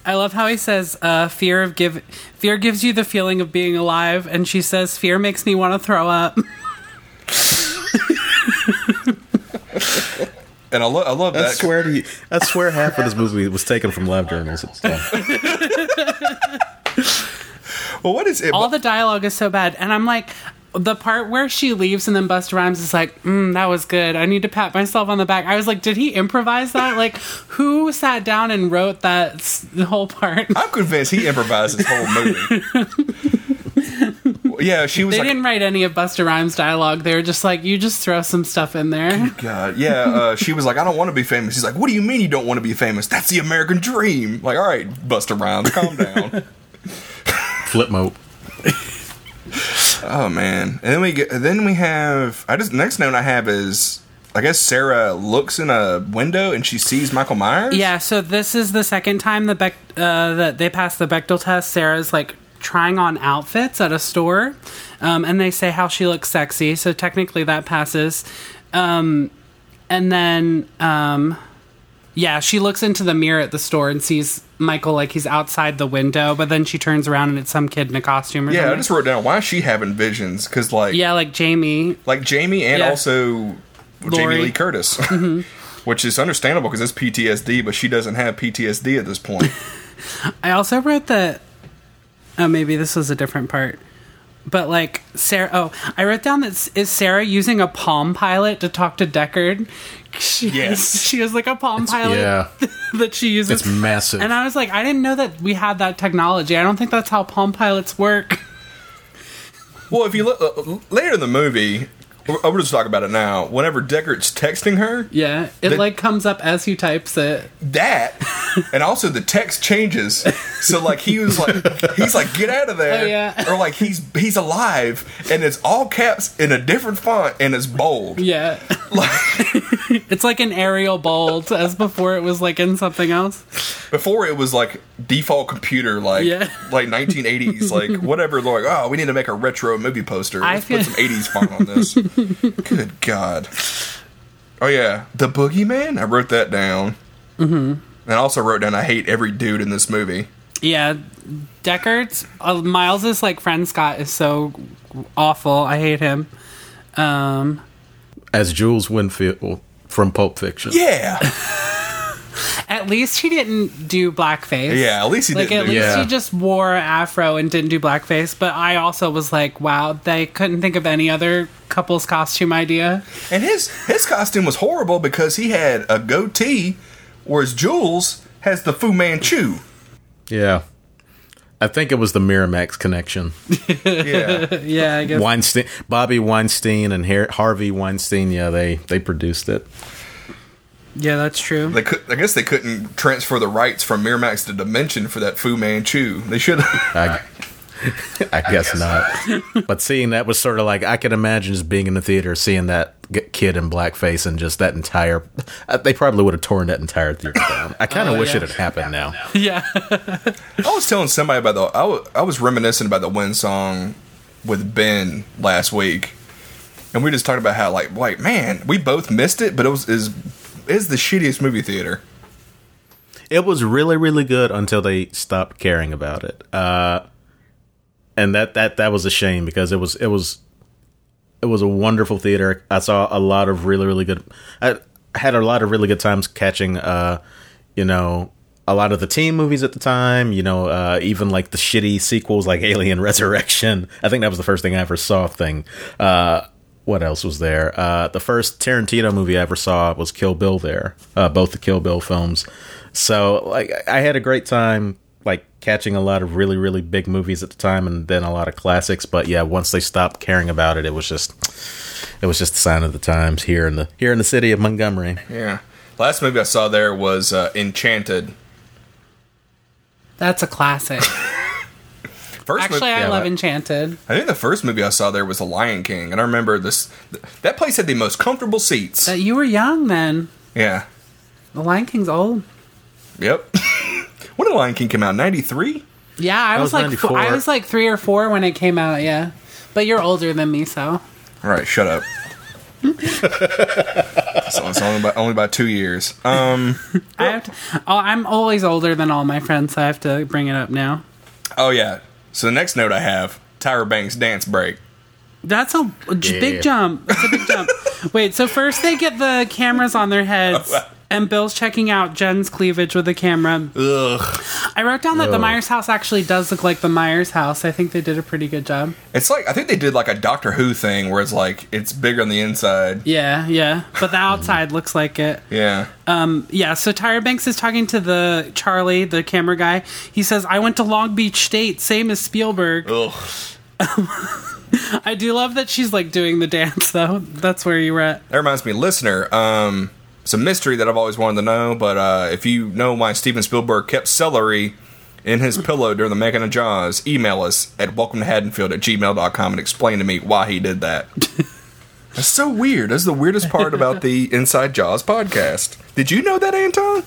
I love how he says, uh, "Fear of give, fear gives you the feeling of being alive," and she says, "Fear makes me want to throw up."
and I, lo- I love
I
that.
swear to you, I swear half of this movie was taken from live journals. It's uh, dumb.
well, what is it?
All the dialogue is so bad, and I'm like, the part where she leaves and then Buster Rhymes is like, mm, "That was good. I need to pat myself on the back." I was like, "Did he improvise that? Like, who sat down and wrote that s- whole part?"
I'm convinced he improvised this whole movie. Well, yeah, she was
They
like,
didn't write any of Buster Rhymes' dialogue. They were just like, you just throw some stuff in there.
God, yeah. Uh, she was like, I don't want to be famous. He's like, What do you mean you don't want to be famous? That's the American dream. Like, all right, Buster Rhymes, calm down.
Flip mode.
Oh man! And then we get, then we have. I just next note I have is I guess Sarah looks in a window and she sees Michael Myers.
Yeah, so this is the second time the Bech- uh, that they passed the Bechtel test. Sarah's like trying on outfits at a store, um, and they say how she looks sexy. So technically that passes. Um, and then, um, yeah, she looks into the mirror at the store and sees Michael like he's outside the window, but then she turns around and it's some kid in a costume or
yeah. I
something.
just wrote down why is she having visions because like
yeah, like Jamie.
like Jamie and
Yeah.
also
Lori. Mm-hmm.
Jamie Lee Curtis, which is understandable because it's PTSD, but she doesn't have PTSD at this point.
I also wrote that. Oh, maybe this was a different part. But like Sarah, oh, I wrote down that s- is Sarah using a Palm Pilot to talk to Deckard? She
Yes.
has, she has like a Palm Pilot
yeah.
that she uses.
It's massive.
And I was like, I didn't know that we had that technology. I don't think that's how Palm Pilots work.
well, if you look uh, later in the movie, I'll just talk about it now. Whenever Deckard's texting her,
Yeah, it
That-
like comes up as he types it.
that and also the text changes so like he was like he's like get out of there
Oh, yeah.
or like he's he's alive and it's all caps in a different font and it's bold
Yeah,
like
It's like an aerial bolt, as before it was like in something else.
Before it was like default computer, like
Yeah.
like 1980s, like whatever. Like, oh, we need to make a retro movie poster.
I
Let's
feel-
put some 80s font on this. Good God. Oh yeah, the boogeyman. I wrote that down. Mm-hmm. And I also wrote down I hate every dude in this movie.
Yeah, Deckard's uh, Miles's like friend Scott is so awful. I hate him. Um,
as Jules Winfield from Pulp Fiction.
Yeah,
at least he didn't do blackface.
yeah. At least he
Like at
didn't. do
least
Yeah.
he just wore an afro and didn't do blackface. But I also was like, wow, they couldn't think of any other couple's costume idea.
And his his costume was horrible because he had a goatee, whereas Jules has the Fu Manchu.
Yeah. I think it was the Miramax connection.
Yeah,
Yeah, I guess.
Weinstein, Bobby Weinstein, and Har- Harvey Weinstein. Yeah, they they produced it.
Yeah, that's true.
they could. I guess they couldn't transfer the rights from Miramax to Dimension for that Fu Manchu. They should.
I, I guess not. but seeing that was sort of like I can imagine just being in the theater, seeing that g- kid in blackface, and just that entire. Uh, they probably would have torn that entire theater down. I kind of wish
yeah.
it had happened now.
Yeah.
I was telling somebody about the. I wa- I was reminiscing about the Win song with Ben last week, and we were just talking about how like like man, we both missed it, but it was is is the shittiest movie theater.
It was really really good until they stopped caring about it. Uh, and that that that was a shame because it was it was it was a wonderful theater. I saw a lot of really really good. I had a lot of really good times catching. Uh, you know. A lot of the team movies at the time, you know, uh, even like the shitty sequels like Alien Resurrection. I think that was the first thing I ever saw. Thing, uh, what else was there? Uh, the first Tarantino movie I ever saw was Kill Bill. There, uh, both the Kill Bill films. So like, I I had a great time like catching a lot of really really big movies at the time and then a lot of classics but yeah once they stopped caring about it it was just it was just a sign of the times here in the here in the city of montgomery
Yeah. Last movie I saw there was uh, Enchanted.
That's a classic.
First
Actually,
movie,
I
Yeah,
love
but-
Enchanted.
I think the first movie I saw there was The Lion King, and I remember this. th- That place had the most comfortable seats.
But you were young then.
yeah.
The Lion King's old.
Yep. when did The Lion King come out? Ninety three.
Yeah, I was,
was
like f-
94.
I was like three or four when it came out. Yeah, but you're older than me, so
All right, shut up. so it's only by only by two years. Um.
I have to, oh, I'm always older than all my friends, so I have to bring it up now.
Oh yeah. So the next note I have Tyra Banks dance break.
That's a j- big
Yeah.
jump. That's a big jump. Wait, so first they get the cameras on their heads. And Bill's checking out Jen's cleavage with the camera.
Ugh.
I wrote down that the
Ugh.
Myers house actually does look like the Myers house. I think they did a pretty good job.
It's like I think they did like a Doctor Who thing where it's like it's bigger on the inside.
Yeah, yeah. But the outside looks like it.
Yeah.
Yeah, so Tyra Banks is talking to the Charlie, the camera guy. He says, I went to Long Beach State, same as Spielberg.
Ugh.
I do love that she's like doing the dance though. That's where you were at.
That reminds me, listener. Um, it's a mystery that I've always wanted to know, but uh, if you know why Steven Spielberg kept celery in his pillow during the making of Jaws, email us at welcome to Haddonfield at gmail.com and explain to me why he did that. That's so weird. That's the weirdest part about the Inside Jaws podcast. Did you know that, Anton?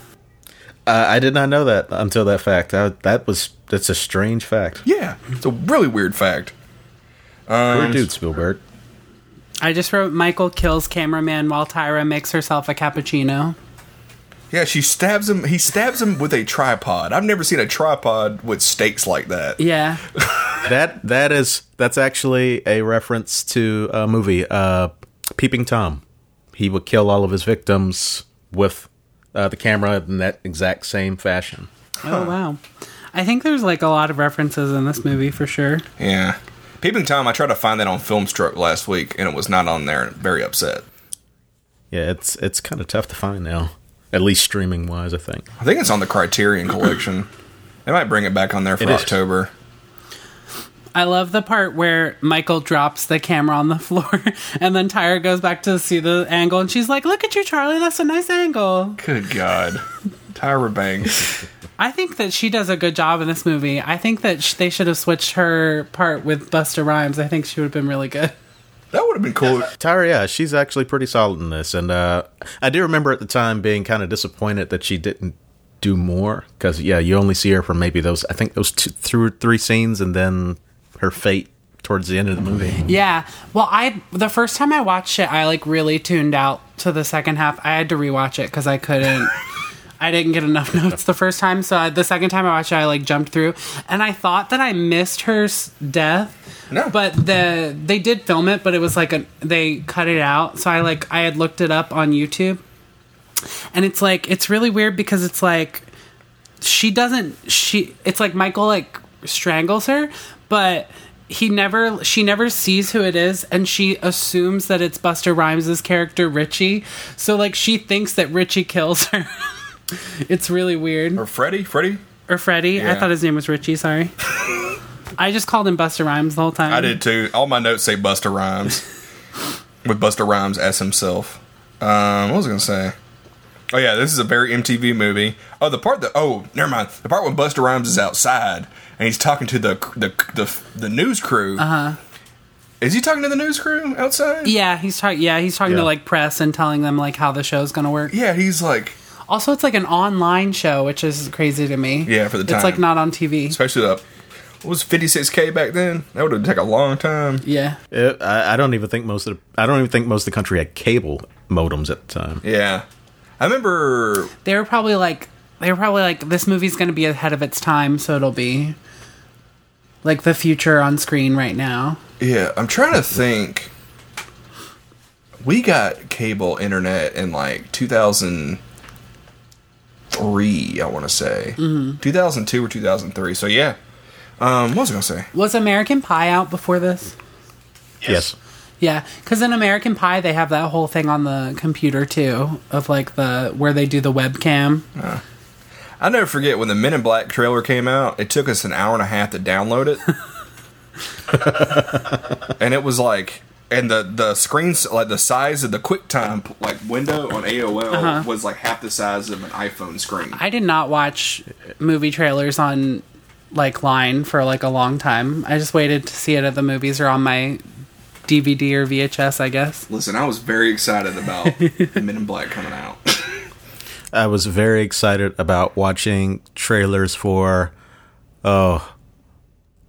uh, i did not know that until that fact I, that was that's a strange fact
Yeah, it's a really weird fact.
Poor dude spielberg
I just wrote Michael kills cameraman while Tyra makes herself a cappuccino.
Yeah, she stabs him. He stabs him with a tripod. I've never seen a tripod with stakes like that.
Yeah.
that that is that's actually a reference to a movie uh peeping tom he would kill all of his victims with uh, the camera in that exact same fashion
Oh wow. I think there's like a lot of references in this movie for sure.
Yeah. Peeping Tom, I tried to find that on Filmstruck last week, and it was not on there. Very upset.
Yeah, it's it's kind of tough to find now. At least streaming wise, I think.
I think it's on the Criterion Collection. They might bring it back on there for
It is.
October.
I love the part where Michael drops the camera on the floor and then Tyra goes back to see the angle and she's like, "Look at you, Charlie. That's a nice angle."
Good God. Tyra Banks.
I think that she does a good job in this movie. I think that sh- they should have switched her part with Buster Rhymes. I think she would have been really good.
That would have been cool.
Tyra, yeah, she's actually pretty solid in this, and uh, I do remember at the time being kind of disappointed that she didn't do more because yeah, you only see her for maybe those I think those two, through three scenes, and then her fate towards the end of the movie.
Yeah. Well, I the first time I watched it, I like really tuned out to the second half. I had to rewatch it because I couldn't. I didn't get enough notes the first time, so I, the second time I watched it, I like jumped through, and I thought that I missed her s- death.
No.
But the they did film it, but it was like a, they cut it out. So I like I had looked it up on YouTube, and it's like it's really weird because it's like she doesn't she it's like michael like strangles her but he never she never sees who it is and she assumes that it's buster rhymes's character richie so like she thinks that richie kills her it's really weird
Or Freddy? Freddy?
or freddy i
Yeah.
thought his name was richie sorry i just called him buster rhymes the whole time
I did too. All my notes say Buster Rhymes. with Buster Rhymes as himself. Um, what was I gonna say? Oh yeah, this is a very MTV movie. Oh, the part that oh, never mind. The part when Buster Rhymes is outside and he's talking to the the the, the news crew. Uh huh. Is he talking to the news crew outside?
yeah he's talking yeah he's talking
Yeah.
to like press and telling them like how the show's gonna work
Yeah, he's like,
also it's like an online show which is crazy to me
Yeah, for the time.
it's like not on tv
especially up. What was 56k back then? That would have taken a long time.
yeah
It, I, I don't even think most of the, I don't even think most of the country had cable modems at the time.
Yeah, I remember
they were probably like they were probably like this movie's going to be ahead of its time so it'll be like the future on screen right now
Yeah, I'm trying to think. We got cable internet in like 2003, I want to say. 2002 or 2003. So, yeah. Um, what was I going to say?
was american pie out before this
Yes.
yeah because in american pie they have that whole thing on the computer too of like the where they do the webcam
I never forget when the Men in Black trailer came out, it took us an hour and a half to download it. and it was like. And the the screens like the size of the QuickTime like window on AOL was like half the size of an iPhone screen.
i did not watch movie trailers on like line for like a long time i just waited to see it at the movies or on my dvd or vhs i guess
Listen, I was very excited about the Men in Black coming out.
I was very excited about watching trailers for oh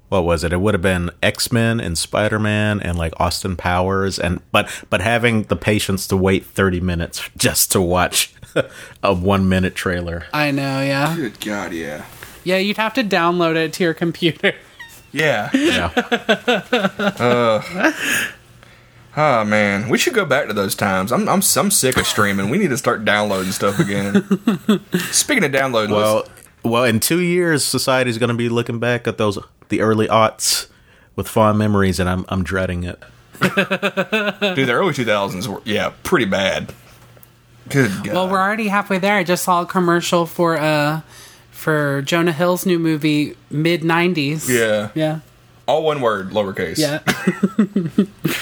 what was it? It would have been X-Men and Spider-Man and like Austin Powers and but but having the patience to wait 30 minutes just to watch a 1 minute trailer.
i know yeah
Good God, yeah.
Yeah, you'd have to download it to your computer.
Yeah.
Yeah.
Oh man, we should go back to those times. I'm I'm, I'm sick of streaming. We need to start downloading stuff again. Speaking of downloading, well,
well, well in 2 years society's going to be looking back at those the early aughts with fond memories and I'm I'm dreading it.
dude, the early 2000s were yeah pretty bad. Good God.
Well, we're already halfway there. I just saw a commercial for uh for Jonah Hill's new movie Mid 90s.
Yeah.
Yeah.
all one word, lowercase.
Yeah.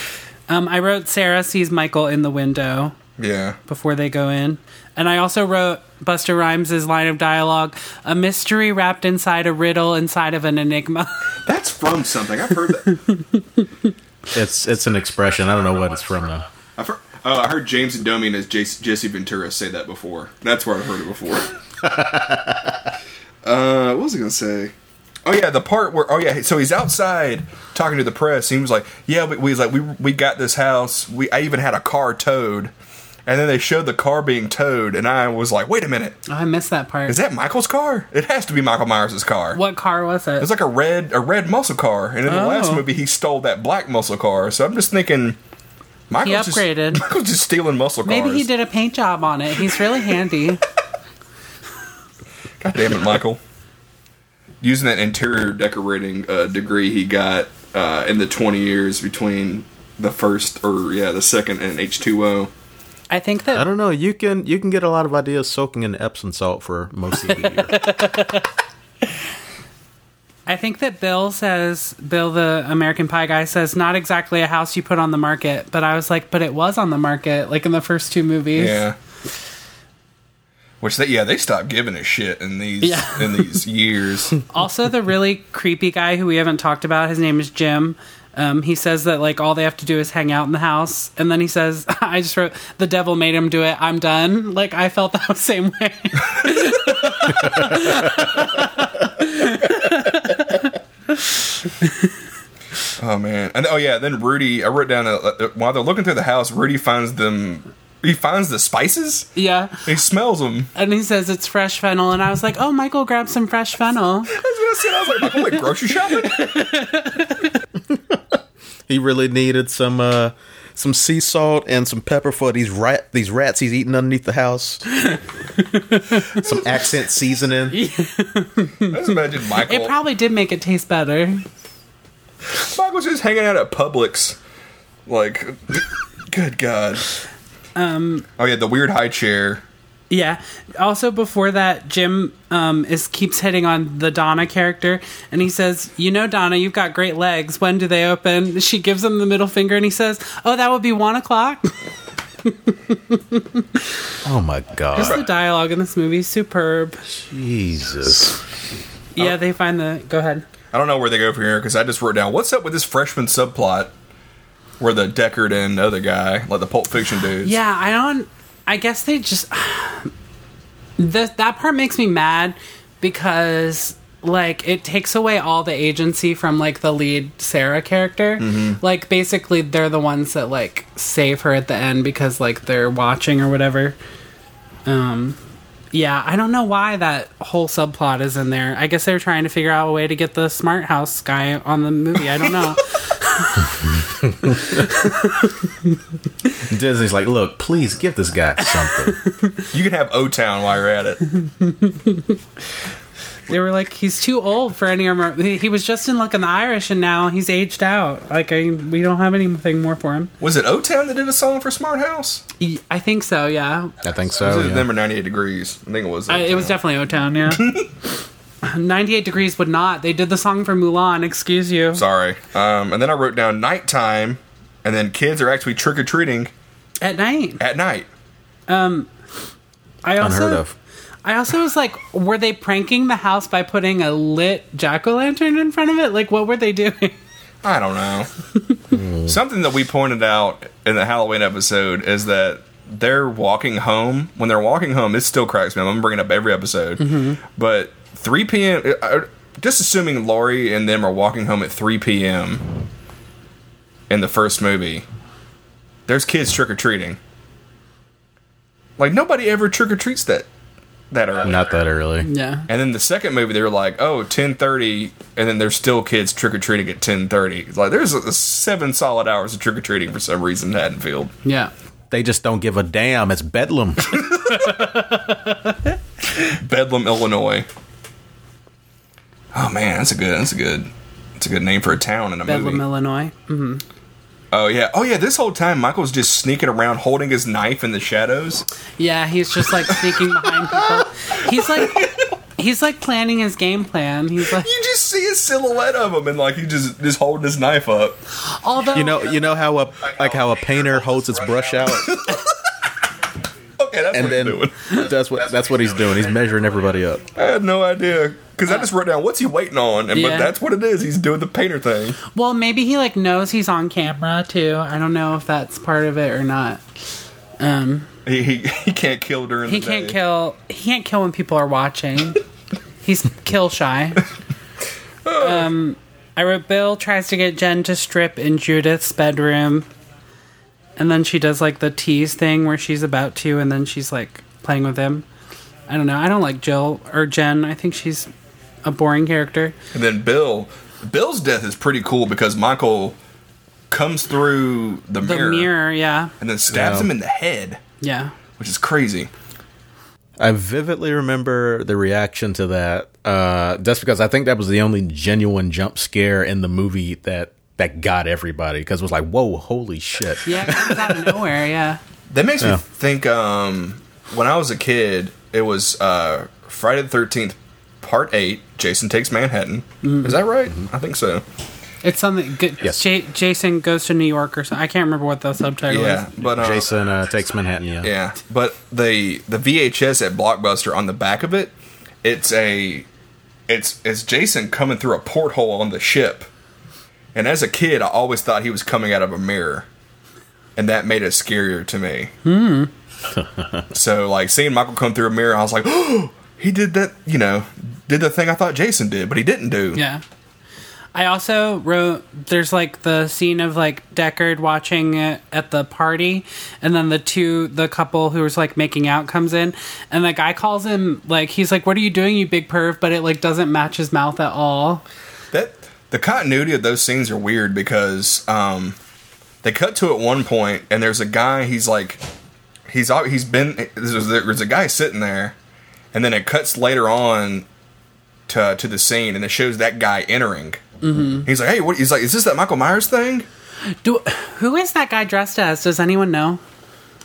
um I wrote Sarah sees Michael in the window
yeah.
before they go in. And I also wrote Buster Rhymes' line of dialogue, a mystery wrapped inside a riddle inside of an enigma.
That's from something I've heard. That.
It's it's an expression. I don't know what it's from though.
I've heard. Oh, I heard James Domian as Jace, Jesse Ventura say that before. That's where I've heard it before. uh, what was I going to say? Oh yeah, the part where oh yeah, so he's outside talking to the press. He was like, "Yeah, we, we was like we we got this house. We I even had a car towed." And then they showed the car being towed, and I was like, "Wait a minute,
Oh, I missed that part.
is that Michael's car? It has to be Michael Myers' car."
what car was it?
It's like a red a red muscle car, and in the last
Oh.
movie he stole that black muscle car. So I'm just thinking, Michael's
upgraded.
Just, Michael's just stealing muscle cars.
Maybe he did a paint job on it. He's really handy.
God damn it, Michael! Using that interior decorating uh, degree he got uh, in the 20 years between the first or yeah the second and H2O.
I think that
I don't know. You can you can get a lot of ideas soaking in Epsom salt for most of the year.
I think that Bill says, Bill the American Pie guy says, not exactly a house you put on the market, but I was like, but it was on the market, like in the first two movies.
Yeah. Which they yeah they stopped giving a shit in these
Yeah.
in these years.
Also, the really creepy guy who we haven't talked about, his name is Jim. Um, he says that like all they have to do is hang out in the house, and then he says, "I just wrote the devil made him do it. I'm done." Like I felt that same way.
Oh man, and oh yeah, then Rudy. I wrote down uh, uh, while they're looking through the house, Rudy finds them. He finds the spices.
yeah,
He smells them.
and he says it's fresh fennel, and I was like, "Oh, Michael, grab some fresh fennel."
That's what I said. I was like, Michael, like grocery shopping.
He really needed some uh some sea salt and some pepper for these rat these rats he's eating underneath the house. some accent seasoning.
I just imagine Michael.
It probably did make it taste better.
Michael's just hanging out at Publix. Like, good God. Um. Oh yeah, the weird high chair.
Yeah. Also, before that, Jim um, is keeps hitting on the Donna character, and he says, "You know, Donna, you've got great legs. When do they open?" She gives him the middle finger, and he says, "Oh, that would be one o'clock."
Oh my god.
the dialogue in this movie is superb.
Jesus.
Yeah, they find the. Go ahead.
I don't know where they go from here because I just wrote down what's up with this freshman subplot where the Deckard and the other guy, like the Pulp Fiction dudes.
Yeah, I don't. I guess they just. that that part makes me mad because like it takes away all the agency from like the lead Sarah character. Like basically they're the ones that like save her at the end because like they're watching or whatever. Um yeah, I don't know why that whole subplot is in there. I guess they were trying to figure out a way to get the smart house guy on the movie. I don't know.
Disney's like, look, please give this guy something.
You can have O Town while you're at it.
They were like, he's too old for any armor. He he was just in Luck and the Irish, and now he's aged out. Like, I, we don't have anything more for him.
Was it O Town that did a song for Smart House?
Y- I think so, yeah.
I think
This
so.
is
Oh, yeah.
number 98 degrees. I think it was.
I, it was
O-Town.
definitely O Town, yeah. 98 Degrees would not. They did the song for Mulan, excuse you.
Sorry. Um, and then I wrote down nighttime, and then kids are actually trick or treating
At night.
at night.
I also,
Unheard of.
I also was like, were they pranking the house by putting a lit jack o' lantern in front of it? Like, what were they doing?
I don't know. Something that we pointed out in the Halloween episode is that they're walking home. When they're walking home, it still cracks me up. I'm bringing it up every episode. But 3 p.m., uh, uh, just assuming Laurie and them are walking home at 3 p.m. in the first movie, there's kids trick or treating. Like, nobody ever trick or treats that, that early.
Not that early.
Yeah.
And then the second movie, they were like, "Oh, 10.30, and then there's still kids trick or treating at ten thirty. Like there's uh, seven solid hours of trick or treating for some reason in Haddonfield.
Yeah.
They just don't give a damn. It's bedlam.
Bedlam, Illinois. Oh man, that's a good. That's a good. That's a good name for a town in a
Bedlam,
movie.
Illinois.
oh yeah. Oh yeah. This whole time, Michael's just sneaking around, holding his knife in the shadows.
Yeah, he's just like sneaking behind people. He's like he's like planning his game plan. He's like
You just see a silhouette of him, and like he just just holding his knife up.
although
You know, you know how a like how a painter holds its brush out,
Okay, that's
and
what he's
then
doing.
that's what that's what he's doing. He's measuring everybody up.
I had no idea. Because I just wrote down what's he waiting on, and
Uh, Yeah.
but that's what it is. He's doing the painter thing.
well maybe he like knows he's on camera too. I don't know if that's part of it or not. Um
He, he, he can't kill during
he
the
can't
day.
kill he can't kill when people are watching. he's kill shy. Um
Oh.
I wrote Bill tries to get Jen to strip in Judith's bedroom. And then she does like the tease thing where she's about to and then she's like playing with him. I don't know. I don't like Jill or Jen. I think she's a boring character.
And then Bill, Bill's death is pretty cool because Michael comes through the,
The
mirror,
mirror, yeah.
and then stabs
Yeah.
him in the head,
Yeah.
which is crazy.
I vividly remember the reaction to that. Uh, that's because I think that was the only genuine jump scare in the movie that that got everybody because it was like, whoa, holy shit.
Yeah, it comes out of nowhere, yeah.
That makes
Yeah.
me think. Um, when I was a kid, it was uh, Friday the Thirteenth, Part Eight. Jason takes Manhattan.
Mm-hmm.
Is that right?
Mm-hmm.
I think so.
It's something good.
Yes.
Ja- Jason goes to New York or something. I can't remember what the subtitle
Yeah,
is.
but um,
Jason uh, takes Manhattan. Yeah.
Yeah, but the the VHS at Blockbuster on the back of it, it's a it's it's Jason coming through a porthole on the ship, And as a kid, I always thought he was coming out of a mirror, and that made it scarier to me. Hmm. so like seeing Michael come through a mirror, I was like, oh, he did that. You know, did the thing I thought Jason did, but he didn't do.
Yeah. I also wrote there's like the scene of like Deckard watching it at the party and then the two the couple who was like making out comes in and the guy calls him like he's like what are you doing you big perv but it like doesn't match his mouth at all.
That the continuity of those scenes are weird because um, they cut to at one point and there's a guy. He's like, he's al- he's been there's, there's a guy sitting there, and then it cuts later on to to the scene and it shows that guy entering. Mm-hmm. He's like, hey, what? He's like, is this that Michael Myers thing?
Do who is that guy dressed as? Does anyone know?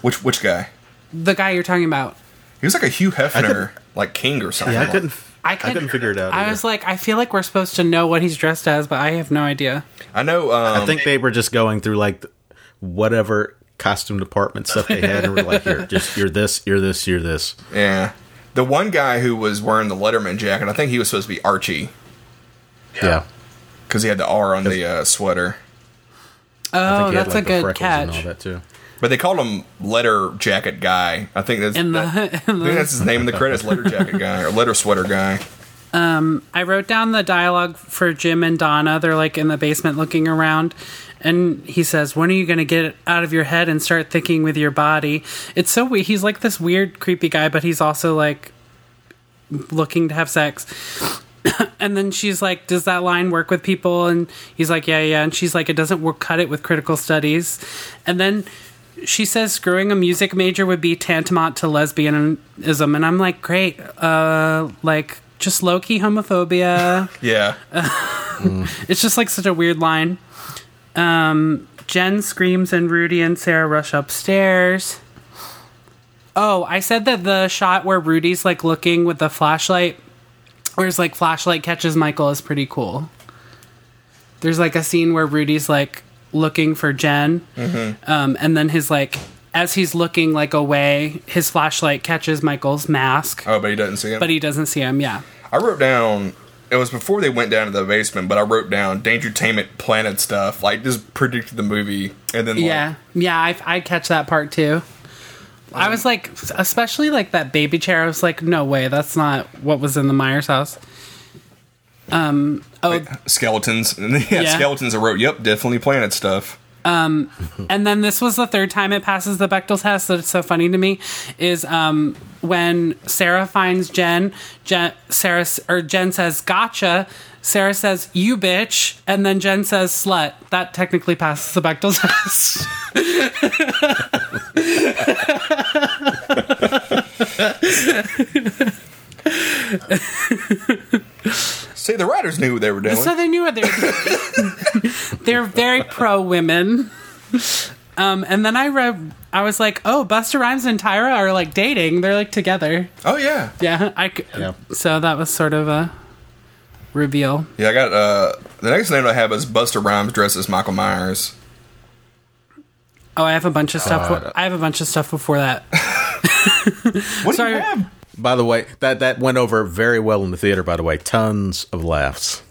Which which guy?
The guy you're talking about.
He was like a Hugh Hefner, like King or something.
Yeah, I
like-
couldn't. I,
couldn't-
couldn't figure it out.
I
either.
was like, I feel like we're supposed to know what he's dressed as, but I have no idea.
I know. Um,
I think they were just going through like th- whatever costume department stuff they had, and were like, "Here, just you're this, you're this, you're this."
Yeah. The one guy who was wearing the Letterman jacket, I think he was supposed to be Archie
Yeah,
because he had the R on the uh, sweater.
I think
Oh,
he had,
that's
like,
a
the
good
freckles And all
catch.
that too.
But they called him Letter Jacket Guy. I think that's
In the-
that- I think that's his name in the credits, Letter Jacket Guy or Letter Sweater Guy.
I wrote down the dialogue for Jim and Donna. They're like in the basement looking around. And he says, When are you going to get it out of your head and start thinking with your body? It's so weird. He's like this weird, creepy guy, but he's also like looking to have sex. and then she's like, Does that line work with people? And he's like, Yeah, yeah. And she's like, It doesn't work, cut it with critical studies. And then she says, Screwing a music major would be tantamount to lesbianism. And I'm like, Great. Uh, like, just low key homophobia.
Yeah.
It's just like such a weird line. Um, Jen screams and Rudy and Sarah rush upstairs. Oh, I said that the shot where Rudy's like looking with the flashlight, where his like flashlight catches Michael, is pretty cool. There's like a scene where Rudy's like looking for Jen, um, and then his like as he's looking like away, his flashlight catches Michael's mask,
Oh, but he doesn't see him.
but he doesn't see him. Yeah.
I wrote down. It was before they went down to the basement, but I wrote down Dangertainment Planet stuff, like just predicted the movie, and then like,
Yeah, yeah, I, I catch that part too. I was like, especially like that baby chair. I was like, no way, that's not what was in the Myers house.
skeletons, and then, yeah,
Yeah.
skeletons. I wrote, yep, definitely planet stuff.
And then this was the third time it passes the Bechtel test. That's so funny to me. Is um when Sarah finds Jen, Jen Sarah s- or Jen says gotcha. Sarah says you bitch, and then Jen says slut. That technically passes the Bechtel test.
See, the writers knew what they were doing.
So they knew what they were They're very pro women. Um, and then I read, I was like, oh, Buster Rhymes and Tyra are like dating. They're like together.
oh yeah,
Yeah. I, c-
Yeah.
So that was sort of a reveal.
Yeah, I got uh the next name I have is Buster Rhymes dressed as Michael Myers.
Oh, I have a bunch of stuff. I have a bunch of stuff before that.
What
Sorry.
do you have?
By the way, that that went over very well in the theater. By the way, tons of laughs.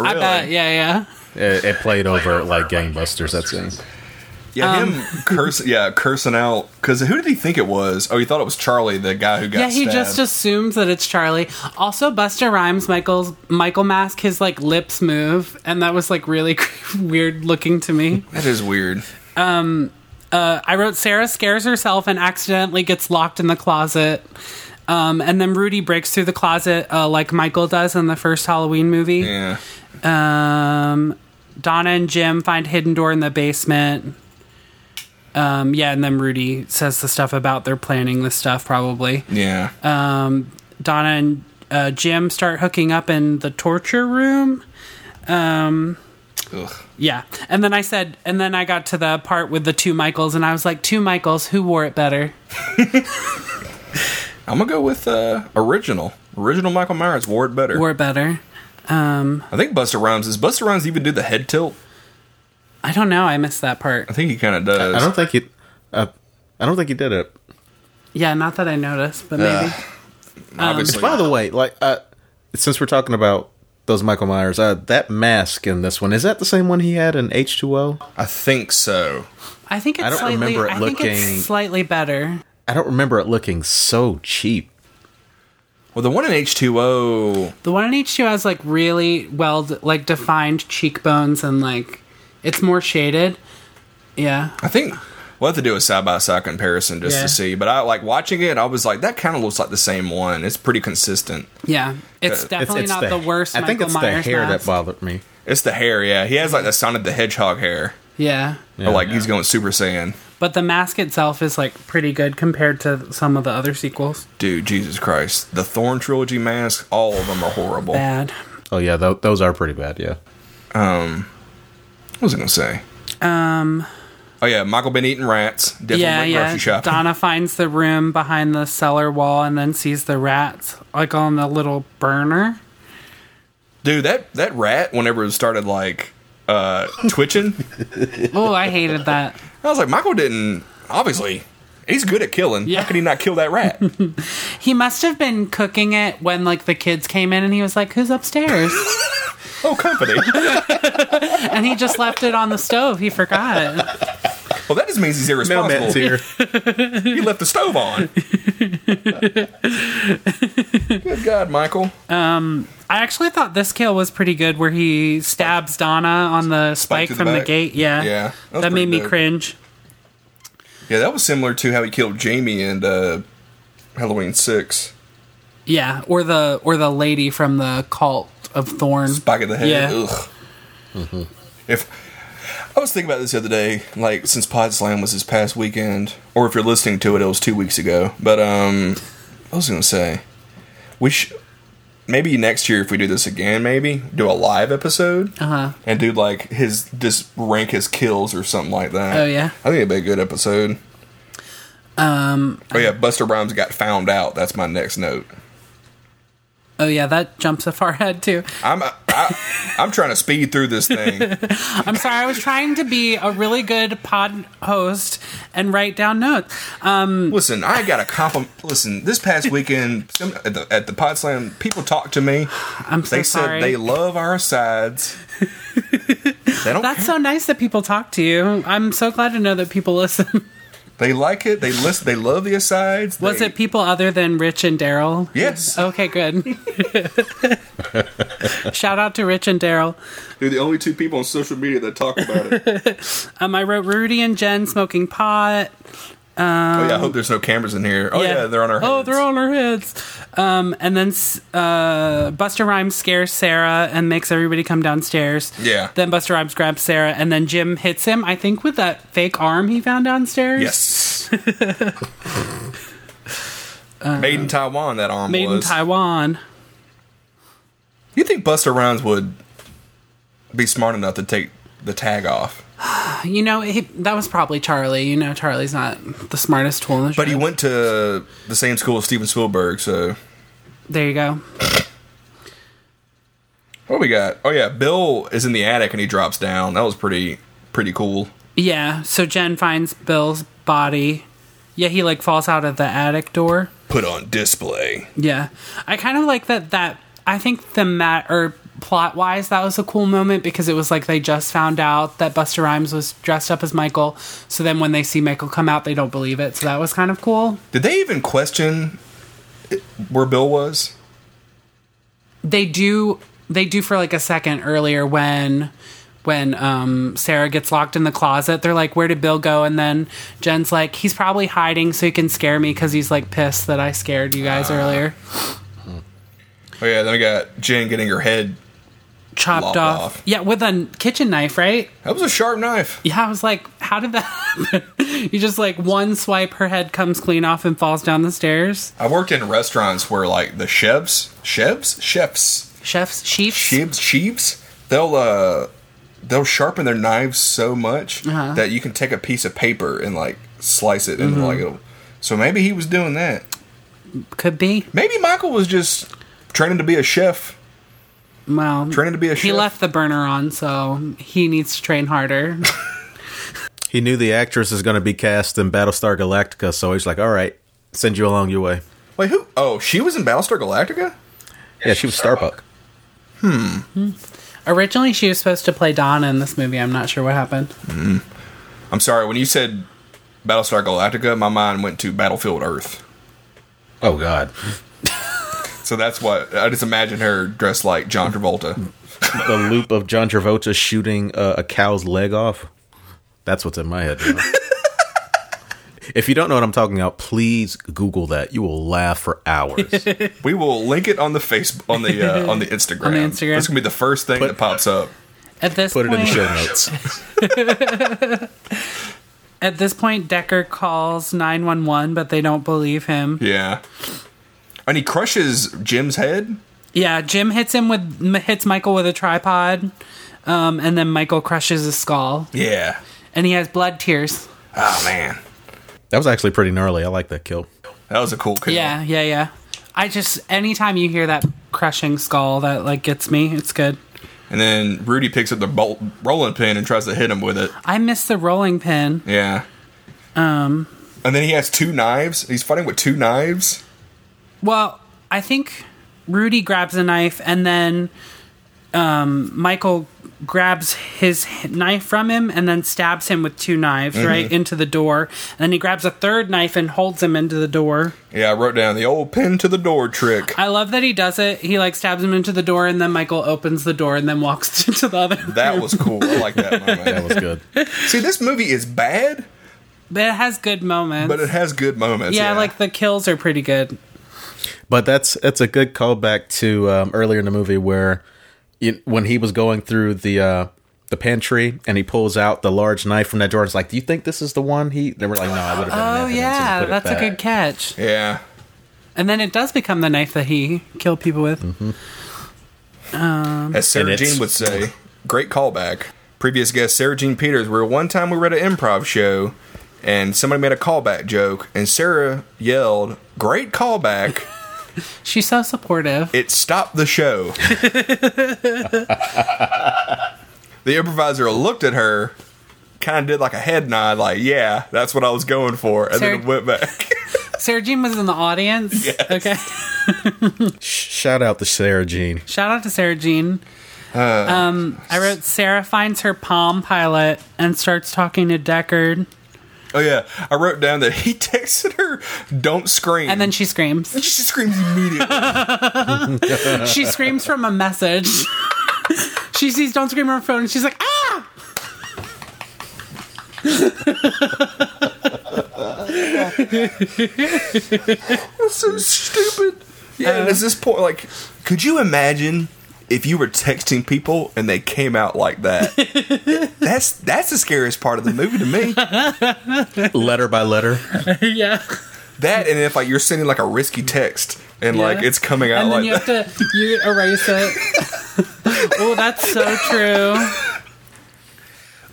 I bet. Yeah, yeah.
It, it played over like gangbusters. That's it.
Yeah,
um,
him curse yeah, cursing out cuz who did he think it was? Oh, he thought it was Charlie, the guy who got
Yeah, he
stabbed.
just assumes that it's Charlie. Also, Buster Rhymes, Michael's Michael Mask, his like lips move, and that was like really weird looking to me.
That is weird.
I wrote Sarah scares herself and accidentally gets locked in the closet. Um, and then Rudy breaks through the closet uh, like Michael does in the first Halloween movie.
Yeah.
Um, Donna and Jim find hidden door in the basement. Um, yeah, and then Rudy says the stuff about they're planning this stuff probably.
Yeah.
Um, Donna and uh, Jim start hooking up in the torture room.
Ugh.
Yeah. And then I said, and then I got to the part with the two Michaels, and I was like, two Michaels, who wore it better?
I'm going to go with uh original. Original Michael Myers wore it better.
Wore it better.
I think Buster Rhymes is Buster Rhymes even do the head tilt.
I don't know. I missed that part.
I think he kind of does.
I don't think he. Uh, I don't think he did it.
Yeah, not that I noticed, but maybe.
Obviously.
By the way, like uh, since we're talking about Those Michael Myers. Uh, that mask in this one is that the same one he had in H two O?
I think so.
I think it's
I don't
slightly.
remember it
I think
looking-
it's slightly better.
I don't remember it looking so cheap.
Well, the one in H2O,
The one in H two has like really well like defined cheekbones and like it's more shaded. Yeah,
I think we'll have to do a side by side comparison just
Yeah.
to see. But I like watching it, I was like, that kind of looks like the same one. It's pretty consistent.
yeah.
Uh,
It's definitely not the, worst.
I think
Michael
it's
Myers
the hair
mask.
that bothered me.
It's the hair, yeah. He has like the sound of the hedgehog hair.
Yeah,
Or like he's going Super Saiyan.
but the mask itself is like pretty good compared to some of the other sequels.
Dude, Jesus Christ. The Thorn Trilogy mask, all of them are horrible. What
Bad.
Oh yeah, tho- those are pretty bad. Yeah.
was I going to say? Um. Oh, yeah. Michael been eating rats. Definitely
Um, yeah,
went
yeah.
grocery shopping.
Donna finds the room behind the cellar wall and then sees the rats like on the little burner.
Dude, that, that rat, whenever it started like uh, twitching,
Oh, I hated that.
I was like, Michael didn't. Obviously, he's good at killing.
Yeah.
How could he not kill that rat?
He must have been cooking it when like the kids came in and he was like, "Who's upstairs?"
oh, company.
and he just left it on the stove. He forgot.
Well, that just means he's
Mailman's
irresponsible.
here.
He left the stove on. Good God, Michael.
Uh, I actually thought this kill was pretty good, where he stabs Donna on the spike,
to the
from the,
back.
gate. Yeah,
Yeah, that
that,
was
made
pretty
me
dope.
cringe.
Yeah, that was similar to how he killed Jamie and uh, Halloween 6.
Yeah, or the or the lady from the cult of Thorn.
Back of the head.
Yeah.
Ugh. Mm-hmm. If I was thinking about this the other day, like since Pod Slam was this past weekend, or if you're listening to it, it was two weeks ago. But um, I was gonna say, we sh- maybe next year if we do this again, maybe do a live episode
Uh-huh.
and do like his just rank his kills or something like that.
Oh, yeah.
I think it'd be a good episode. Um. Oh yeah, Buster Rhymes got found out. That's my next note.
Oh yeah, that jumps up our head too.
I'm I, I'm trying to speed through this thing.
I'm sorry, I was trying to be a really good pod host and write down notes.
Listen, I got a compliment. Listen, this past weekend some, at the, at the Pod Slam, people talked to me.
I'm so
They said
sorry.
they love our sides. they don't.
That's so nice that people talk to you. I'm so glad to know that people listen.
they like it. They listen. They love the asides.
Was
They-
it Oh. people other than Rich and Daryl?
Yes.
Okay, good. Shout out to Rich and Daryl.
They're the only two people on social media that talk about it.
Um, I wrote Rudy and Jen smoking pot.
oh yeah, I hope there's no cameras in here. Oh yeah, they're on our. Heads.
Oh, they're on our heads. Um, and then s- uh, Buster Rhymes scares Sarah and makes everybody come downstairs.
Yeah.
Then Buster Rhymes grabs Sarah, and then Jim hits him. I think with that fake arm he found downstairs.
Yes. Made in Taiwan. That arm
Um, Made in
was.
Taiwan.
you think Buster Rhymes would be smart enough to take the tag off?
You know, he, that was probably Charlie. You know, Charlie's not the smartest tool in the
But he
shed.
went to the same school as Steven Spielberg, so
There you go.
what we got? Oh yeah, Bill is in the attic and he drops down. That was pretty pretty cool.
Yeah, so Jen finds Bill's body. Yeah, he like falls out of the attic door.
Put on display.
Yeah. I kind of like that that I think the mat or plot wise that was a cool moment because it was like they just found out that Buster Rhymes was dressed up as Michael. So then when they see Michael come out, they don't believe it. So that was kind of cool.
Did they even question it- where Bill was?
They do they do for like a second earlier when when um, Sarah gets locked in the closet, they're like, "Where did Bill go?" And then Jen's like, "He's probably hiding so he can scare me because he's like pissed that I scared you
Ah.
guys earlier."
Oh yeah, then we got Jen getting her head.
Chopped
Lopped
off.
off.
yeah, with a kitchen knife, right?
That was a sharp knife.
Yeah, I was like, how did that happen? you just like one swipe, her head comes clean off and falls down the stairs.
I worked in restaurants where like the chefs, chefs, chefs,
Chef's sheep.
chefs, chefs, they'll uh they'll sharpen their knives so much that you can take a piece of paper and like slice it and like it'll- so maybe he was doing that.
Could be.
Maybe Michael was just training to be a chef.
Well,
Training to be a
he
chef.
left the burner on, so he needs to train harder.
He knew the actress is going to be cast in Battlestar Galactica, so he's like, "All right, send you along your way."
Wait, who? Oh, she was in Battlestar Galactica.
Yeah, she was Starbuck.
Originally, she was supposed to play Donna in this movie. I'm not sure what happened.
I'm sorry, when you said Battlestar Galactica, my mind went to Battlefield Earth.
Oh God.
So that's what I just imagine her dressed like John Travolta.
the loop of John Travolta shooting uh, a cow's leg off. That's what's in my head. now. if you don't know what I'm talking about, please Google that. You will laugh for hours.
We will link it on the face on the uh, on the Instagram.
On the Instagram.
It's gonna be the first thing that pops up.
At this
Put it
point,
in the show notes.
at this point, Decker calls 911, but they don't believe him.
Yeah. And he crushes Jim's head.
Yeah, Jim hits him with m- hits Michael with a tripod, um, and then Michael crushes his skull,
Yeah.
and he has blood tears.
Oh man.
That was actually pretty gnarly. I like that kill.
That was a cool kill.
Yeah, yeah, yeah. I just anytime you hear that crushing skull, that like gets me. It's good.
And then Rudy picks up the bol- rolling pin and tries to hit him with it.
I miss the rolling pin.
Yeah. Um.
Um,
And then he has two knives. He's fighting with two knives.
Well, I think Rudy grabs a knife and then um, Michael grabs his h- knife from him and then stabs him with two knives
Mm-hmm.
right into the door. And then he grabs a third knife and holds him into the door.
Yeah, I wrote down the old pin to the door trick.
I love that he does it. He like stabs him into the door and then Michael opens the door and then walks into the other.
That was cool. I like that moment.
That was good.
See, this movie is bad,
But it has good moments.
but it has good moments.
yeah, like the kills are pretty good.
But that's that's a good callback to um, earlier in the movie where you, when he was going through the uh, the pantry and he pulls out the large knife from that drawer. It's like, do you think this is the one? He they were like, no, I would have.
Oh yeah, that's a good catch.
yeah.
And then it does become the knife that he killed people with.
Mm-hmm. As Sarah
And it's-
Jean would say, great callback. Previous guest Sarah Jean Peters, we were one time we were at an improv show and somebody made a callback joke and Sarah yelled, Great callback.
She's so supportive.
It stopped the show. the improviser looked at her, kind of did like a head nod, like, yeah, that's what I was going for, and
Sarah-
then went back.
Sarah Jean was in the audience. Okay.
Shout out to Sarah Jean.
Shout out to Sarah Jean.
Uh,
um, I wrote Sarah finds her Palm Pilot and starts talking to Deckard,
oh, yeah. I wrote down that he texted her, don't scream.
and then she screams.
she screams immediately.
she screams from a message. she sees "Don't scream" on her phone, and she's like, "Ah!"
so stupid. Yeah, and at this point, like, could you imagine if you were texting people and they came out like that? that's that's the scariest part of the movie to me.
Letter by letter.
yeah.
That and if like you're sending like a risky text and like
Yeah.
it's coming out
And then
like
you
that.
have to you erase it. oh, that's so true.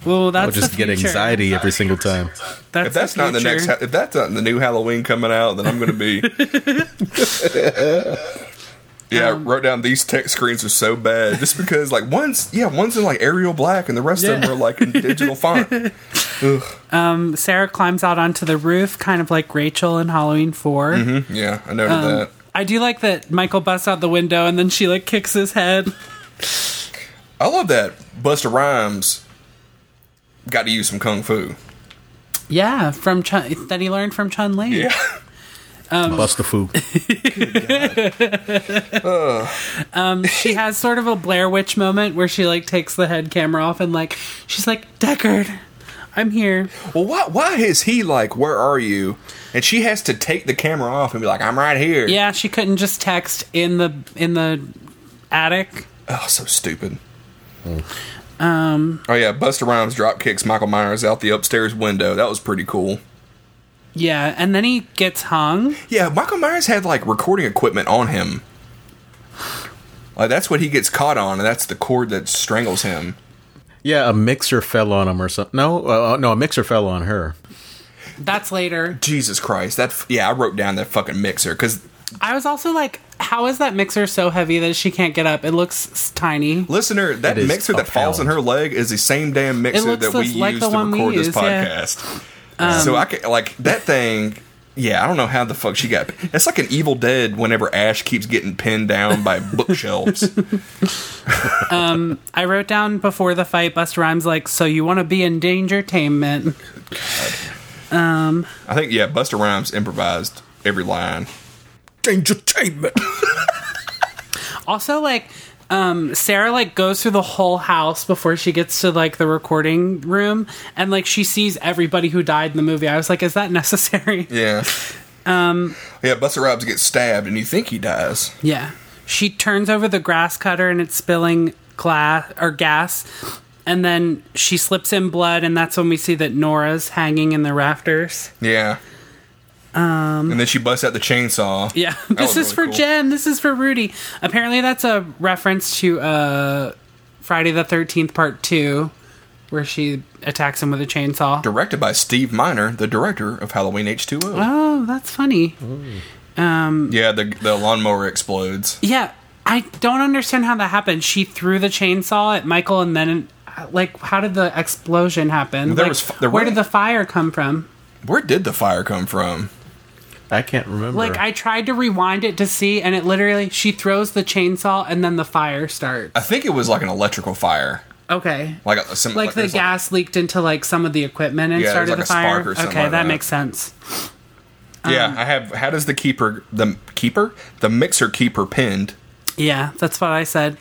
Well, that's
I'll just
the
get
future.
anxiety every single time.
That's
if that's not in the
future.
next, ha- if that's not in the new Halloween coming out, then I'm going to be. yeah,
Um,
I wrote down these text screens are so bad just because, like, one's yeah, one's in like Arial black, and the rest of them are like in digital font.
Sarah climbs out onto the roof, kind of like Rachel in Halloween 4.
Mm-hmm. Yeah, I
Um,
noted that.
I do like that Michael busts out the window and then she like kicks his head.
I love that Busta Rhymes got to use some kung fu.
Yeah, from Chun, that he learned from Chun Li.
Bust a foo.
She has sort of a Blair Witch moment where she like takes the head camera off and like she's like Deckard, I'm here.
Well, why why is he like, "Where are you?" And she has to take the camera off and be like, "I'm right here."
Yeah, she couldn't just text in the in the attic.
Oh, so stupid. Um. Oh yeah, Busta Rhymes drop kicks Michael Myers out the upstairs window. That was pretty cool.
Yeah, and then he gets hung.
Yeah, Michael Myers had like recording equipment on him. Like that's what he gets caught on, and that's the cord that strangles him.
Yeah, a mixer fell on him or something. No, uh, no, a mixer fell on her.
That's later.
Jesus Christ! That f- yeah, I wrote down that fucking mixer because
I was also like, how is that mixer so heavy that she can't get up? It looks s- tiny.
Listener, that
It is
mixer that
a
falls in
pound.
her leg is the same damn mixer
looks
that we
like
use
the
to
one we
record this
use, yeah.
podcast. so I can, like that thing Yeah, I don't know how the fuck she got. It's like an Evil Dead whenever Ash keeps getting pinned down by bookshelves.
I wrote down before the fight, Buster Rhymes like, so you want to be in dangertainment.
I think yeah, Buster Rhymes improvised every line. Dangertainment.
Also, like, um, Sarah like goes through the whole house before she gets to like the recording room, and like she sees everybody who died in the movie. I was like, is that necessary?
Yeah. Um. Yeah, Buster Rhymes gets stabbed, and you think he dies.
Yeah. She turns over the grass cutter and it's spilling glass or gas. And then she slips in blood, and that's when we see that Nora's hanging in the rafters.
Yeah. Um. And then she busts out the chainsaw.
Yeah.
That
This
was
is
really
for
cool.
Jen. This is for Rudy. Apparently, that's a reference to uh, Friday the 13th, part two, where she attacks him with a chainsaw.
Directed by Steve Miner, the director of Halloween H two O.
Oh, that's funny.
Mm-hmm. Yeah, the the lawnmower explodes.
Yeah, I don't understand how that happened. She threw the chainsaw at Michael, and then uh, like, how did the explosion happen?
there
Like,
was f- there
where
were-
did the fire come from?
Where did the fire come from?
I can't remember.
Like, I tried to rewind it to see, and it literally she throws the chainsaw, and then the fire starts.
I think it was like an electrical fire,
Okay.
like a, some uh,
Like the
there's
gas leaked into like some of the equipment and
Yeah,
started the
there's like a
fire.
spark or something
okay,
like
that
that.
makes sense.
yeah,
um,
I have. How does the keeper the keeper the mixer keeper pinned?
Yeah, that's what I said.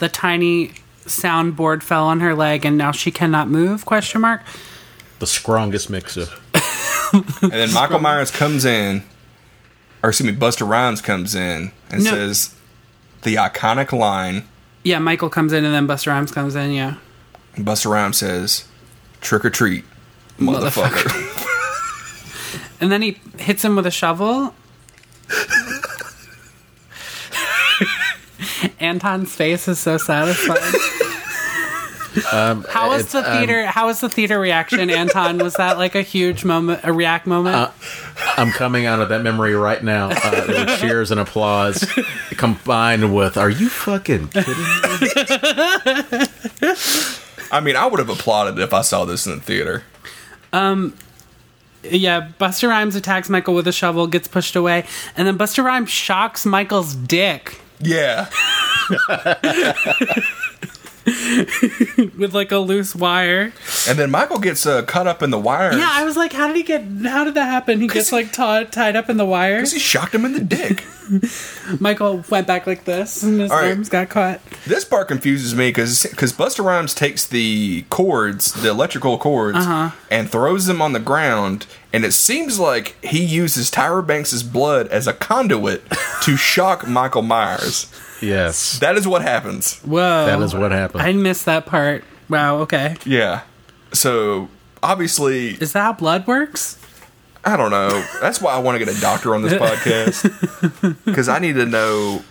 The tiny soundboard fell on her leg, and now she cannot move? Question mark.
the strongest mixer.
And then Michael Myers comes in, or excuse me, Buster Rhymes comes in and
No.
says the iconic line.
Yeah, Michael comes in, and then Buster Rhymes comes in. Yeah.
And Buster Rhymes says, "Trick or treat, motherfucker."
And then he hits him with a shovel. Anton's face is so satisfied. how was
it's,
the theater? how was the theater reaction, Anton? Was that like a huge moment, a react moment?
I'm coming out of that memory right now. Uh, there were cheers and applause combined with, "Are you fucking kidding?" me?"
I mean, I would have applauded if I saw this in the theater.
yeah, Buster Rhymes attacks Michael with a shovel, gets pushed away, and then Buster Rhymes shocks Michael's dick
Yeah,
with like a loose wire.
and then Michael gets uh, caught up in the wires.
Yeah, I was like, how did he get? How did that happen? He gets like tied tied up in the wire.
'Cause he shocked him in the dick.
Michael went back like this, and his
All right.
arms got caught.
This part confuses me because Buster Rhymes takes the cords, the electrical cords, and throws them on the ground, and it seems like he uses Tyra Banks' blood as a conduit to shock Michael Myers.
Yes,
That is what happens.
Whoa.
that is what happened.
I missed that part. Wow, okay.
Yeah. So obviously,
Is that how blood works?
I don't know. That's why I want to get a doctor on this podcast because I need to know.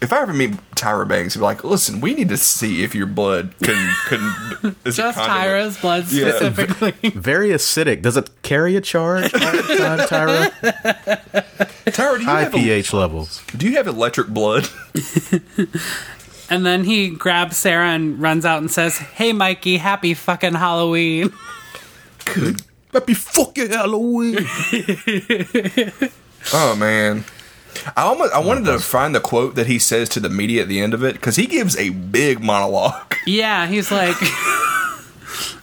If I ever meet Tyra Banks, I'd be like, "Listen, we need to see if your blood can can is a
Just
conduit."
Tyra's blood
Yeah.
specifically.
Very acidic. Does it carry a charge? all the time, Tyra?
Tyra, do you
High
have a
pH levels.
Do you have electric blood?
and then he grabs Sarah and runs out and says, Hey, Mikey, happy fucking Halloween.
Happy fucking Halloween.
oh man. I almost I wanted to find the quote that he says to the media at the end of it because he gives a big monologue.
yeah, he's like.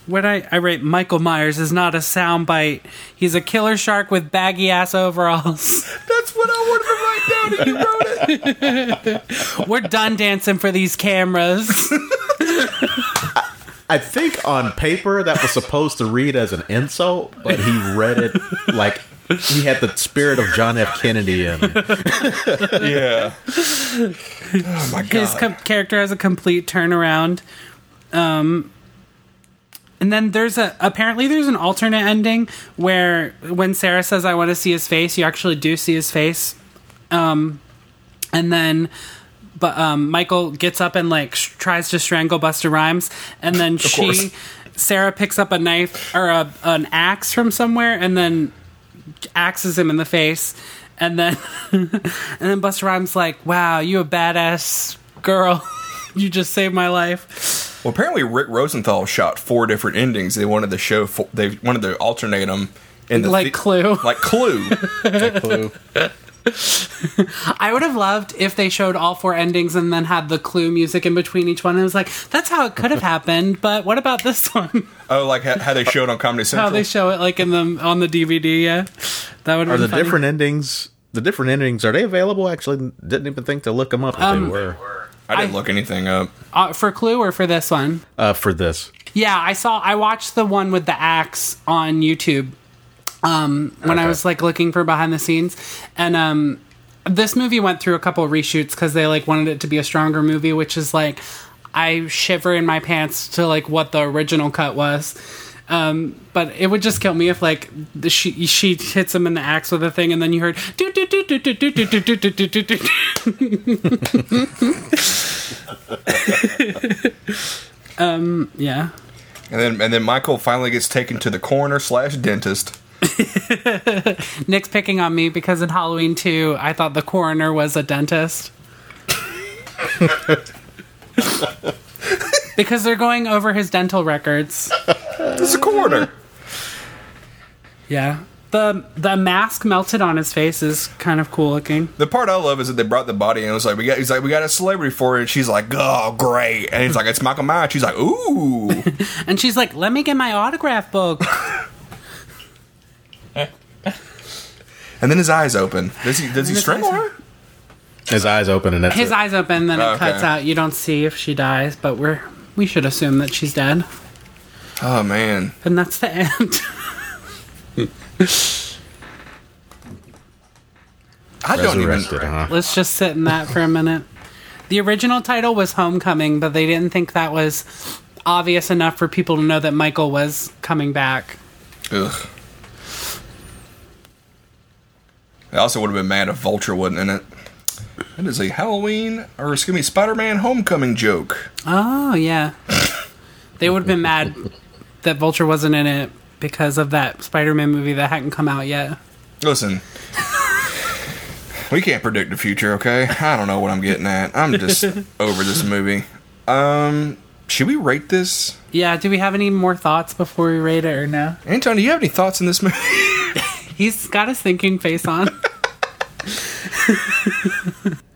What I, I rate Michael Myers is not a soundbite. He's a killer shark with baggy ass overalls.
That's what I wanted to write down, and you wrote it.
We're done dancing for these cameras.
I think on paper that was supposed to read as an insult, but he read it like he had the spirit of John F. Kennedy in him.
Yeah. Oh my
his
god.
com- character has a complete turnaround. Um, and then there's a apparently there's an alternate ending where when Sarah says I want to see his face, you actually do see his face. Um, and then. But um, Michael gets up and like sh- tries to strangle Buster Rhymes, and then she,
course.
Sarah picks up a knife or a, an axe from somewhere, and then axes him in the face, and then and then Buster Rhymes like, "Wow, you a badass girl. you just saved my life."
Well, apparently Rick Rosenthal shot four different endings. They wanted to show fo- they wanted to alternate them
in the
like
thi-
Clue.
Like Clue.
Clue.
I would have loved if they showed all four endings and then had the Clue music in between each one. And it was like, that's how it could have happened. But what about this one?
oh, like how, how they showed on Comedy
how
Central.
they show it like in the on the DVD. Yeah, that would
Are
have
the
been funny.
different endings? The different endings are they available? Actually, didn't even think to look them up if
Um,
they were
I didn't
I-
look anything up.
uh, for Clue or for this one.
uh, for this.
Yeah, I saw. I watched the one with the axe on YouTube um, when I
Okay.
was like looking for behind the scenes, and um, this movie went through a couple reshoots because they like wanted it to be a stronger movie, which is like I shiver in my pants to like what the original cut was. Um, but it would just kill me if like the, she she hits him in the axe with a thing, and then you heard do do do do do do do do do do do do. Um. Yeah.
And then and then Michael finally gets taken to the coroner slash dentist.
Nick's picking on me because in Halloween 2, I thought the coroner was a dentist. because they're going over his dental records.
It's a coroner.
Yeah. The the mask melted on his face is kind of cool looking.
The part I love is that they brought the body and it was like we got he's like we got a celebrity for it and she's like, Oh great and he's like, It's Michael Myers. She's like, Ooh
And she's like, "Let me get my autograph book."
And then his eyes open. Does he does he
his
strangle
eyes
her?
His eyes open and that's
His
it.
eyes open, then it
Okay.
cuts out. You don't see if she dies, but we're we should assume that she's dead.
Oh man.
And that's the end.
I don't even
Resurrected, huh?
Let's just sit in that for a minute. The original title was Homecoming, but they didn't think that was obvious enough for people to know that Michael was coming back.
Ugh. I also would have been mad if Vulture wasn't in it. That is a Halloween or excuse me, Spider Man homecoming joke.
Oh, yeah. they would have been mad that Vulture wasn't in it because of that Spider Man movie that hadn't come out yet.
Listen. We can't predict the future, okay? I don't know what I'm getting at. I'm just over this movie. Um should we rate this?
Yeah, do we have any more thoughts before we rate it or no?
Anton, do you have any thoughts on this movie?
He's got his thinking face on.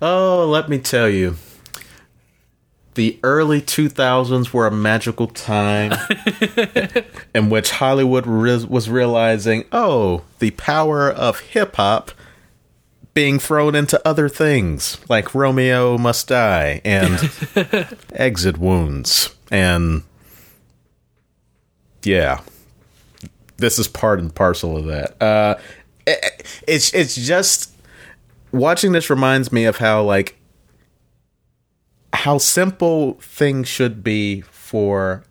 Oh, let me tell you. The early 2000s were a magical time in which Hollywood re- was realizing, oh, the power of hip hop being thrown into other things like Romeo Must Die and Exit Wounds. And yeah, this is part and parcel of that. Uh, it- it's, it's just watching this reminds me of how like how simple things should be for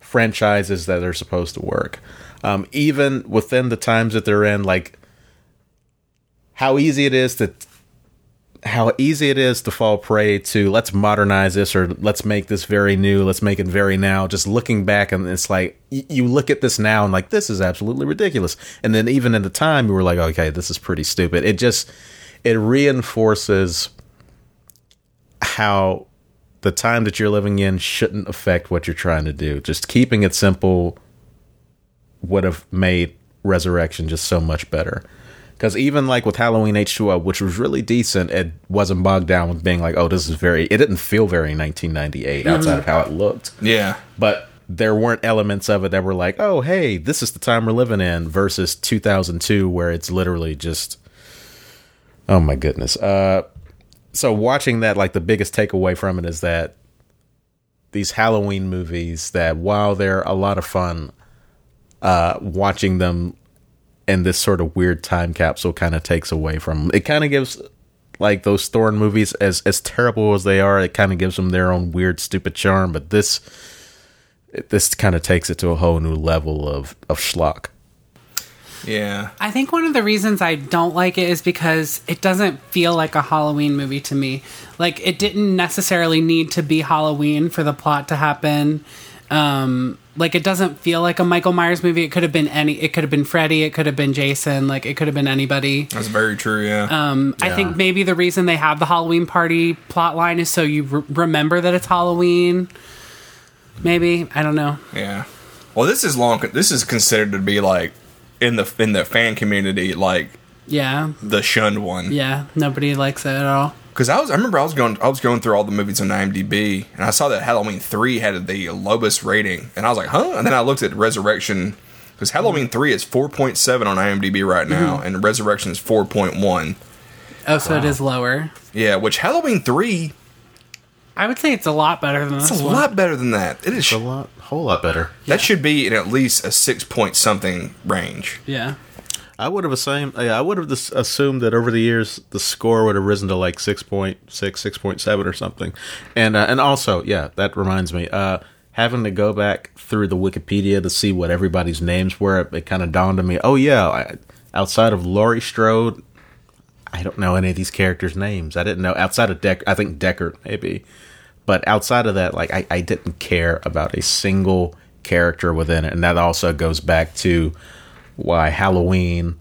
franchises that are supposed to work um, even within the times that they're in like how easy it is to how easy it is to fall prey to let's modernize this or let's make this very new let's make it very now just looking back and it's like y- you look at this now and like this is absolutely ridiculous and then even at the time you were like okay this is pretty stupid it just it reinforces how the time that you're living in shouldn't affect what you're trying to do just keeping it simple would have made Resurrection just so much better. Because even like with Halloween H2O, which was really decent, it wasn't bogged down with being like, oh, this is very, it didn't feel very 1998 outside of how it looked.
yeah.
But there weren't elements of it that were like, oh, hey, this is the time we're living in versus 2002, where it's literally just, oh my goodness. Uh, so watching that, like the biggest takeaway from it is that these Halloween movies, that while they're a lot of fun, uh, watching them in this sort of weird time capsule kind of takes away from it. Kind of gives like those Thorn movies, as as terrible as they are, it kind of gives them their own weird, stupid charm. But this this kind of takes it to a whole new level of of schlock.
Yeah.
I think one of the reasons I don't like it is because it doesn't feel like a Halloween movie to me. Like it didn't necessarily need to be Halloween for the plot to happen. Um, like it doesn't feel like a Michael Myers movie. It could have been any. It could have been Freddy. It could have been Jason. Like it could have been anybody.
That's very true, yeah.
I think maybe the reason they have the Halloween party plot line is so you re- remember that it's Halloween. Maybe I don't know.
Yeah. Well, this is long. This is considered to be like in the in the fan community like
Yeah.
the shunned one.
Yeah. Nobody likes it at all.
Because I was, I remember I was going, I was going through all the movies on IMDb, and I saw that Halloween three had the lowest rating, and I was like, huh? And then I looked at Resurrection, because Halloween three is four point seven on IMDb right now, and Resurrection is four point one.
Oh, so it is lower.
Yeah, which Halloween three,
I would say it's a lot better than
it's
this
a
one.
lot better than that. It is
a lot, whole lot better.
that should be in at least a six point something range.
Yeah.
I would have assumed. Yeah, I would have dis- assumed that over the years the score would have risen to like 6.6, 6.7 or something. And uh, and also, yeah, that reminds me. Uh, having to go back through the Wikipedia to see what everybody's names were, it, kind of dawned on me. Oh yeah, I, outside of Laurie Strode, I don't know any of these characters' names. I didn't know outside of Deck. I think Deckard maybe, but outside of that, like I, I didn't care about a single character within it, and that also goes back to why Halloween,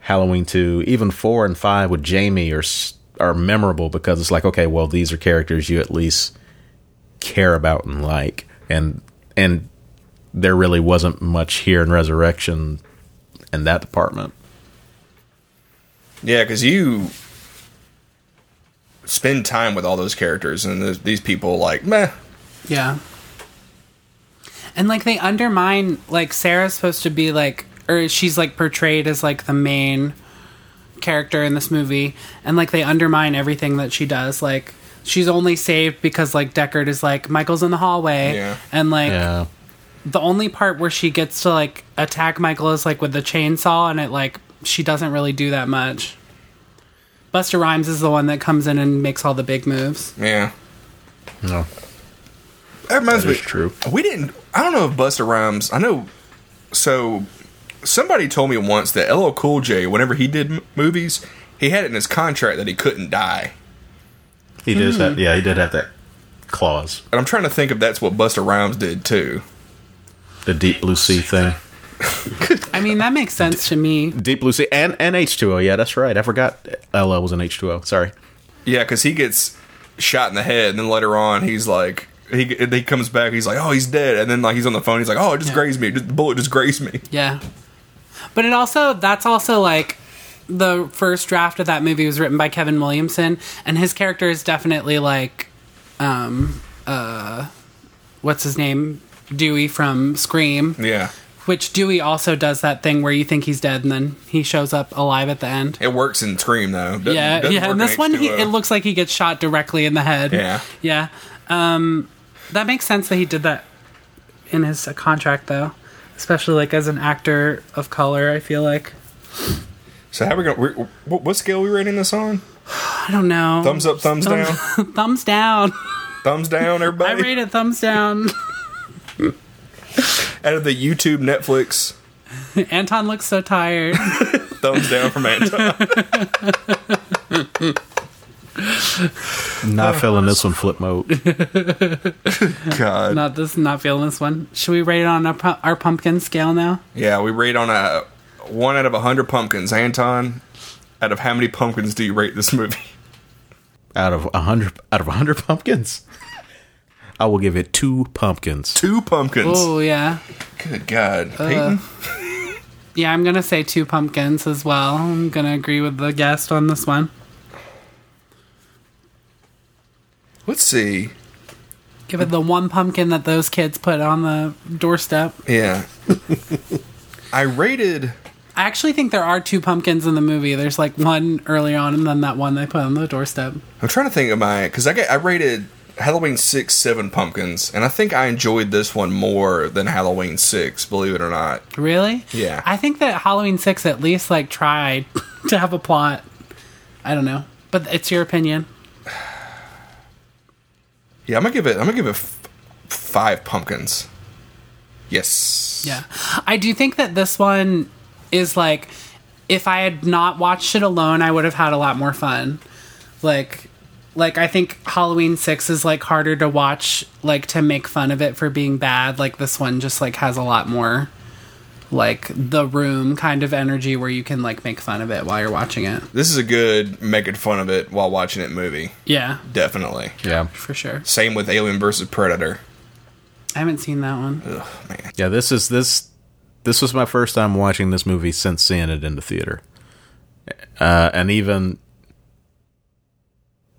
Halloween two, even four and five with Jamie are s- are memorable because it's like okay, well these are characters you at least care about and like, and and there really wasn't much here in Resurrection in that department.
Yeah, because you spend time with all those characters, and th- these people like meh.
Yeah. And like they undermine like Sarah's supposed to be like or she's like portrayed as like the main character in this movie and like they undermine everything that she does like she's only saved because like Deckard is like Michael's in the hallway
Yeah.
and like
Yeah.
the only part where she gets to like attack Michael is like with the chainsaw and it like she doesn't really do that much. Buster Rhymes is the one that comes in and makes all the big moves.
Yeah,
No.
That reminds
That
me.
is true.
We didn't. I don't know if Buster Rhymes. I know. So somebody told me once that LL Cool J, whenever he did m- movies, he had it in his contract that he couldn't die.
He does have yeah, he did have that clause.
And I'm trying to think if that's what Buster Rhymes did too.
The deep blue sea thing.
I mean that makes sense to me.
Deep blue sea and, and H two O, yeah, that's right. I forgot LL was an H two O. Sorry.
Yeah, because he gets shot in the head, and then later on he's like. He, he comes back. He's like, "Oh, he's dead." And then like he's on the phone. He's like, "Oh, it just
Yeah.
grazed me. Just, the bullet just grazed me."
Yeah. But it also, that's also like the first draft of that movie was written by Kevin Williamson, and his character is definitely like, um, uh, what's his name? Dewey from Scream,
Yeah,
which Dewey also does that thing where you think he's dead and then he shows up alive at the end.
it works in Scream though. Doesn't-
yeah,
doesn't
yeah.
work
And
in
this one, he,
H2O.
it looks like he gets shot directly in the head.
Yeah.
Yeah. Um, that makes sense that he did that in his uh, contract, though. Especially like as an actor of color, I feel like.
So how we gonna? We're, what, what scale we rating this on?
I don't know.
Thumbs up, thumbs
Thumb-
down.
thumbs down.
Thumbs down,
I
everybody.
rate it thumbs down.
Out of the YouTube, Netflix,
Anton looks so tired.
thumbs down from Anton.
Not feeling this one flip mode.
God.
Not this. Not feeling this one. Should we rate it on our, pu- our pumpkin scale now?
Yeah, we rate on a one out of a hundred pumpkins. Anton, out of how many pumpkins do you rate this movie?
out of a hundred out of a hundred pumpkins. I will give it two pumpkins.
Two pumpkins.
Oh yeah,
Good God,
Uh.
Peyton.
yeah. I'm gonna say two pumpkins as well. I'm gonna agree with the guest on this one.
Let's see.
Give it the one pumpkin that those kids put on the doorstep.
Yeah, I rated.
I actually think there are two pumpkins in the movie. There's like one early on, and then that one they put on the doorstep.
I'm trying to think of my because I get, I rated Halloween six seven pumpkins, and I think I enjoyed this one more than Halloween six. Believe it or not.
Really?
Yeah.
I think that Halloween Six at least like tried to have a plot. I don't know, but it's your opinion.
Yeah, I'm gonna give it. I'm gonna give it f- five pumpkins. Yes.
Yeah, I do think that this one is like, if I had not watched it alone, I would have had a lot more fun. Like, like I think Halloween Six is like harder to watch, like to make fun of it for being bad. Like this one just like has a lot more, like the room kind of energy where you can like make fun of it while you're watching it.
This is a good making fun of it while watching it movie.
Yeah,
Definitely.
Yeah,
for sure.
Same with Alien versus Predator.
I haven't seen that one.
Ugh, man.
yeah. This is this This was my first time watching this movie since seeing it in the theater. Uh, and even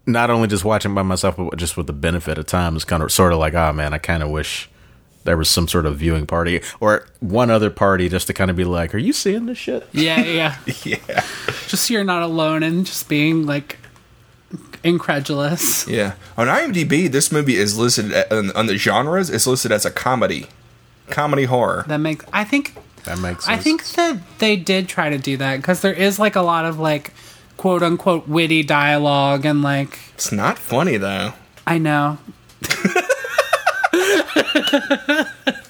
not only just watching by myself, but just with the benefit of time, is kind of sort of like, ah, man, I kind of wish there was some sort of viewing party or one other party just to kind of be like, are you seeing this shit?
Yeah, yeah.
Yeah.
just so you're not alone and just being like incredulous.
Yeah. On IMDb, this movie is listed a- on, on the genres. It's listed as a comedy, comedy horror.
That makes I think
That makes
I
sense.
think that they did try to do that because there is like a lot of like quote unquote witty dialogue and like
It's not funny though.
I know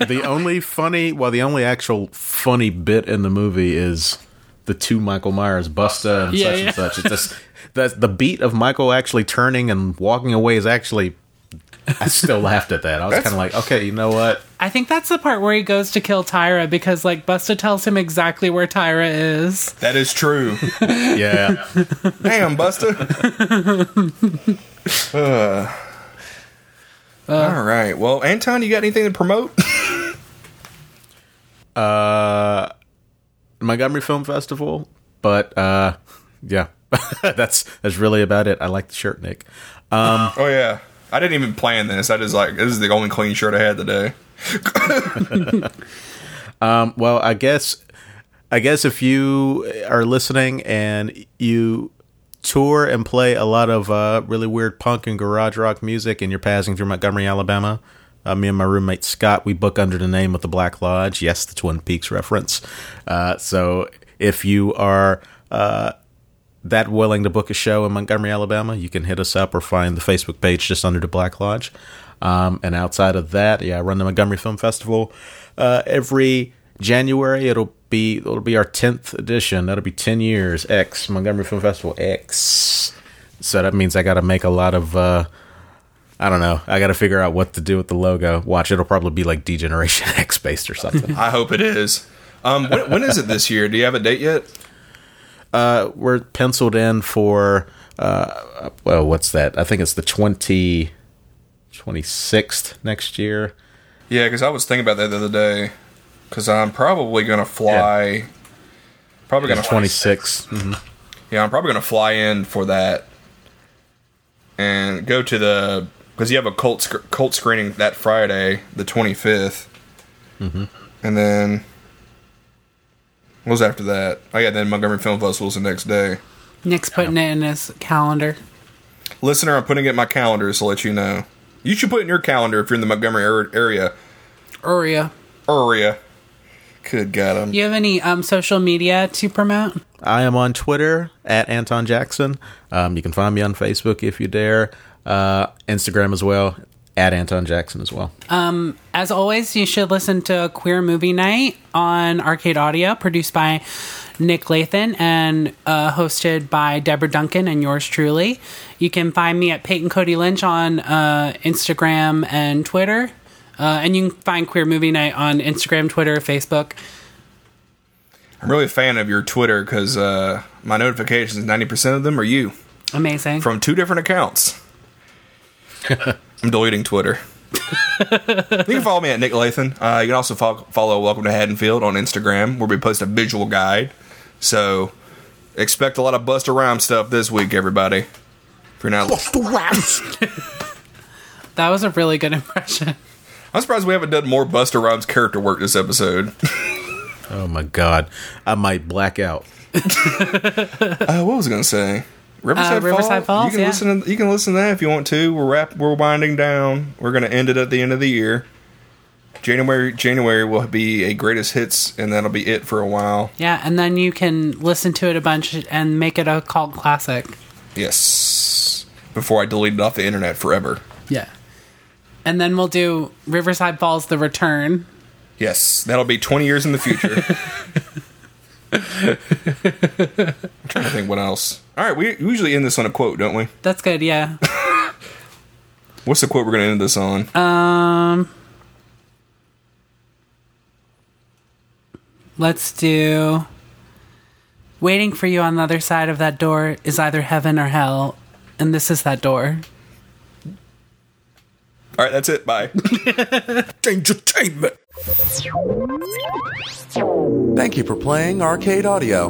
the only funny, well, the only actual funny bit in the movie is the two Michael Myers, Busta and
Yeah,
such
yeah.
and such. It's just, that's the beat of Michael actually turning and walking away is actually. I still laughed at that. I was kind of like, okay, you know what?
I think that's the part where he goes to kill Tyra because like Busta tells him exactly where Tyra is.
That is true.
Yeah.
Damn, Buster. All right. Well, Anton, you got anything to promote?
Montgomery Film Festival. But uh, yeah, that's that's really about it. I like the shirt, Nick.
oh yeah. I didn't even plan this. I just like this is the only clean shirt I had today.
Well, I guess I guess if you are listening and you tour and play a lot of uh, really weird punk and garage rock music, and you're passing through Montgomery, Alabama. Uh, me and my roommate Scott, we book under the name of the Black Lodge. Yes, the Twin Peaks reference. Uh, so if you are uh, that willing to book a show in Montgomery, Alabama, you can hit us up or find the Facebook page just under the Black Lodge. Um, and outside of that, yeah, I run the Montgomery Film Festival uh, every January. It'll be it'll be our tenth edition. That'll be ten years X Montgomery Film Festival X. So that means I got to make a lot of. Uh, I don't know. I got to figure out what to do with the logo. Watch, it'll probably be like Degeneration X based or something.
I hope it is. Um, when, when is it this year? Do you have a date yet?
we're penciled in for uh well what's that i think it's the 20 26th next year
Yeah, because I was thinking about that the other day. Because I'm probably gonna fly. Probably gonna fly
26
Yeah, I'm probably gonna fly in for that and go to the because you have a cult sc- cult screening that Friday, the 25th, and then what was after that? Oh yeah, then Montgomery Film Festival's the next day.
Nick's putting it in his calendar.
Listener, I'm putting it in my calendar to let you know. You should put it in your calendar if you're in the Montgomery ar- area.
Uria,
Area. Good God, I'm
do you have any um social media to promote?
i am on twitter at anton jackson um, you can find me on facebook if you dare uh, instagram as well at anton jackson as well
As always, you should listen to Queer Movie Night on Arcade Audio, produced by Nick Lathan and uh, hosted by Deborah Duncan and yours truly. You can find me at Peyton Cody Lynch on uh, Instagram and Twitter. Uh, and you can find Queer Movie Night on Instagram, Twitter, Facebook.
I'm really a fan of your Twitter because uh, my notifications, 90% of them are you.
Amazing.
from two different accounts. I'm deleting Twitter. you can follow me at Nick Lathan. Uh, you can also fo- follow Welcome to Haddonfield on Instagram, where we post a visual guide. So expect a lot of Buster Rhyme stuff this week, everybody. If you're not,
that was a really good impression.
I'm surprised we haven't done more Buster Rhymes character work this episode.
oh my god i might black out
Uh, what was I going to say? Riverside,
Uh, Riverside
Falls. You
Falls,
can
yeah.
listen. To, you can listen to that if you want to. We're wrap. We're winding down. We're going to end it at the end of the year. January. January will be a greatest hits, and that'll be it for a while.
Yeah, and then you can listen to it a bunch and make it a cult classic.
Yes. Before I delete it off the internet forever.
Yeah. And then we'll do Riverside Falls The Return.
Yes, that'll be 20 years in the future. I'm trying to think what else. All right, we usually end this on a quote, don't we?
That's good, yeah.
What's the quote we're going to end this on?
Uh, Let's do. Waiting for you on the other side of that door is either heaven or hell, and this is that door.
All right, that's it. Bye. Change entertainment.
Thank you for playing Arcade Audio.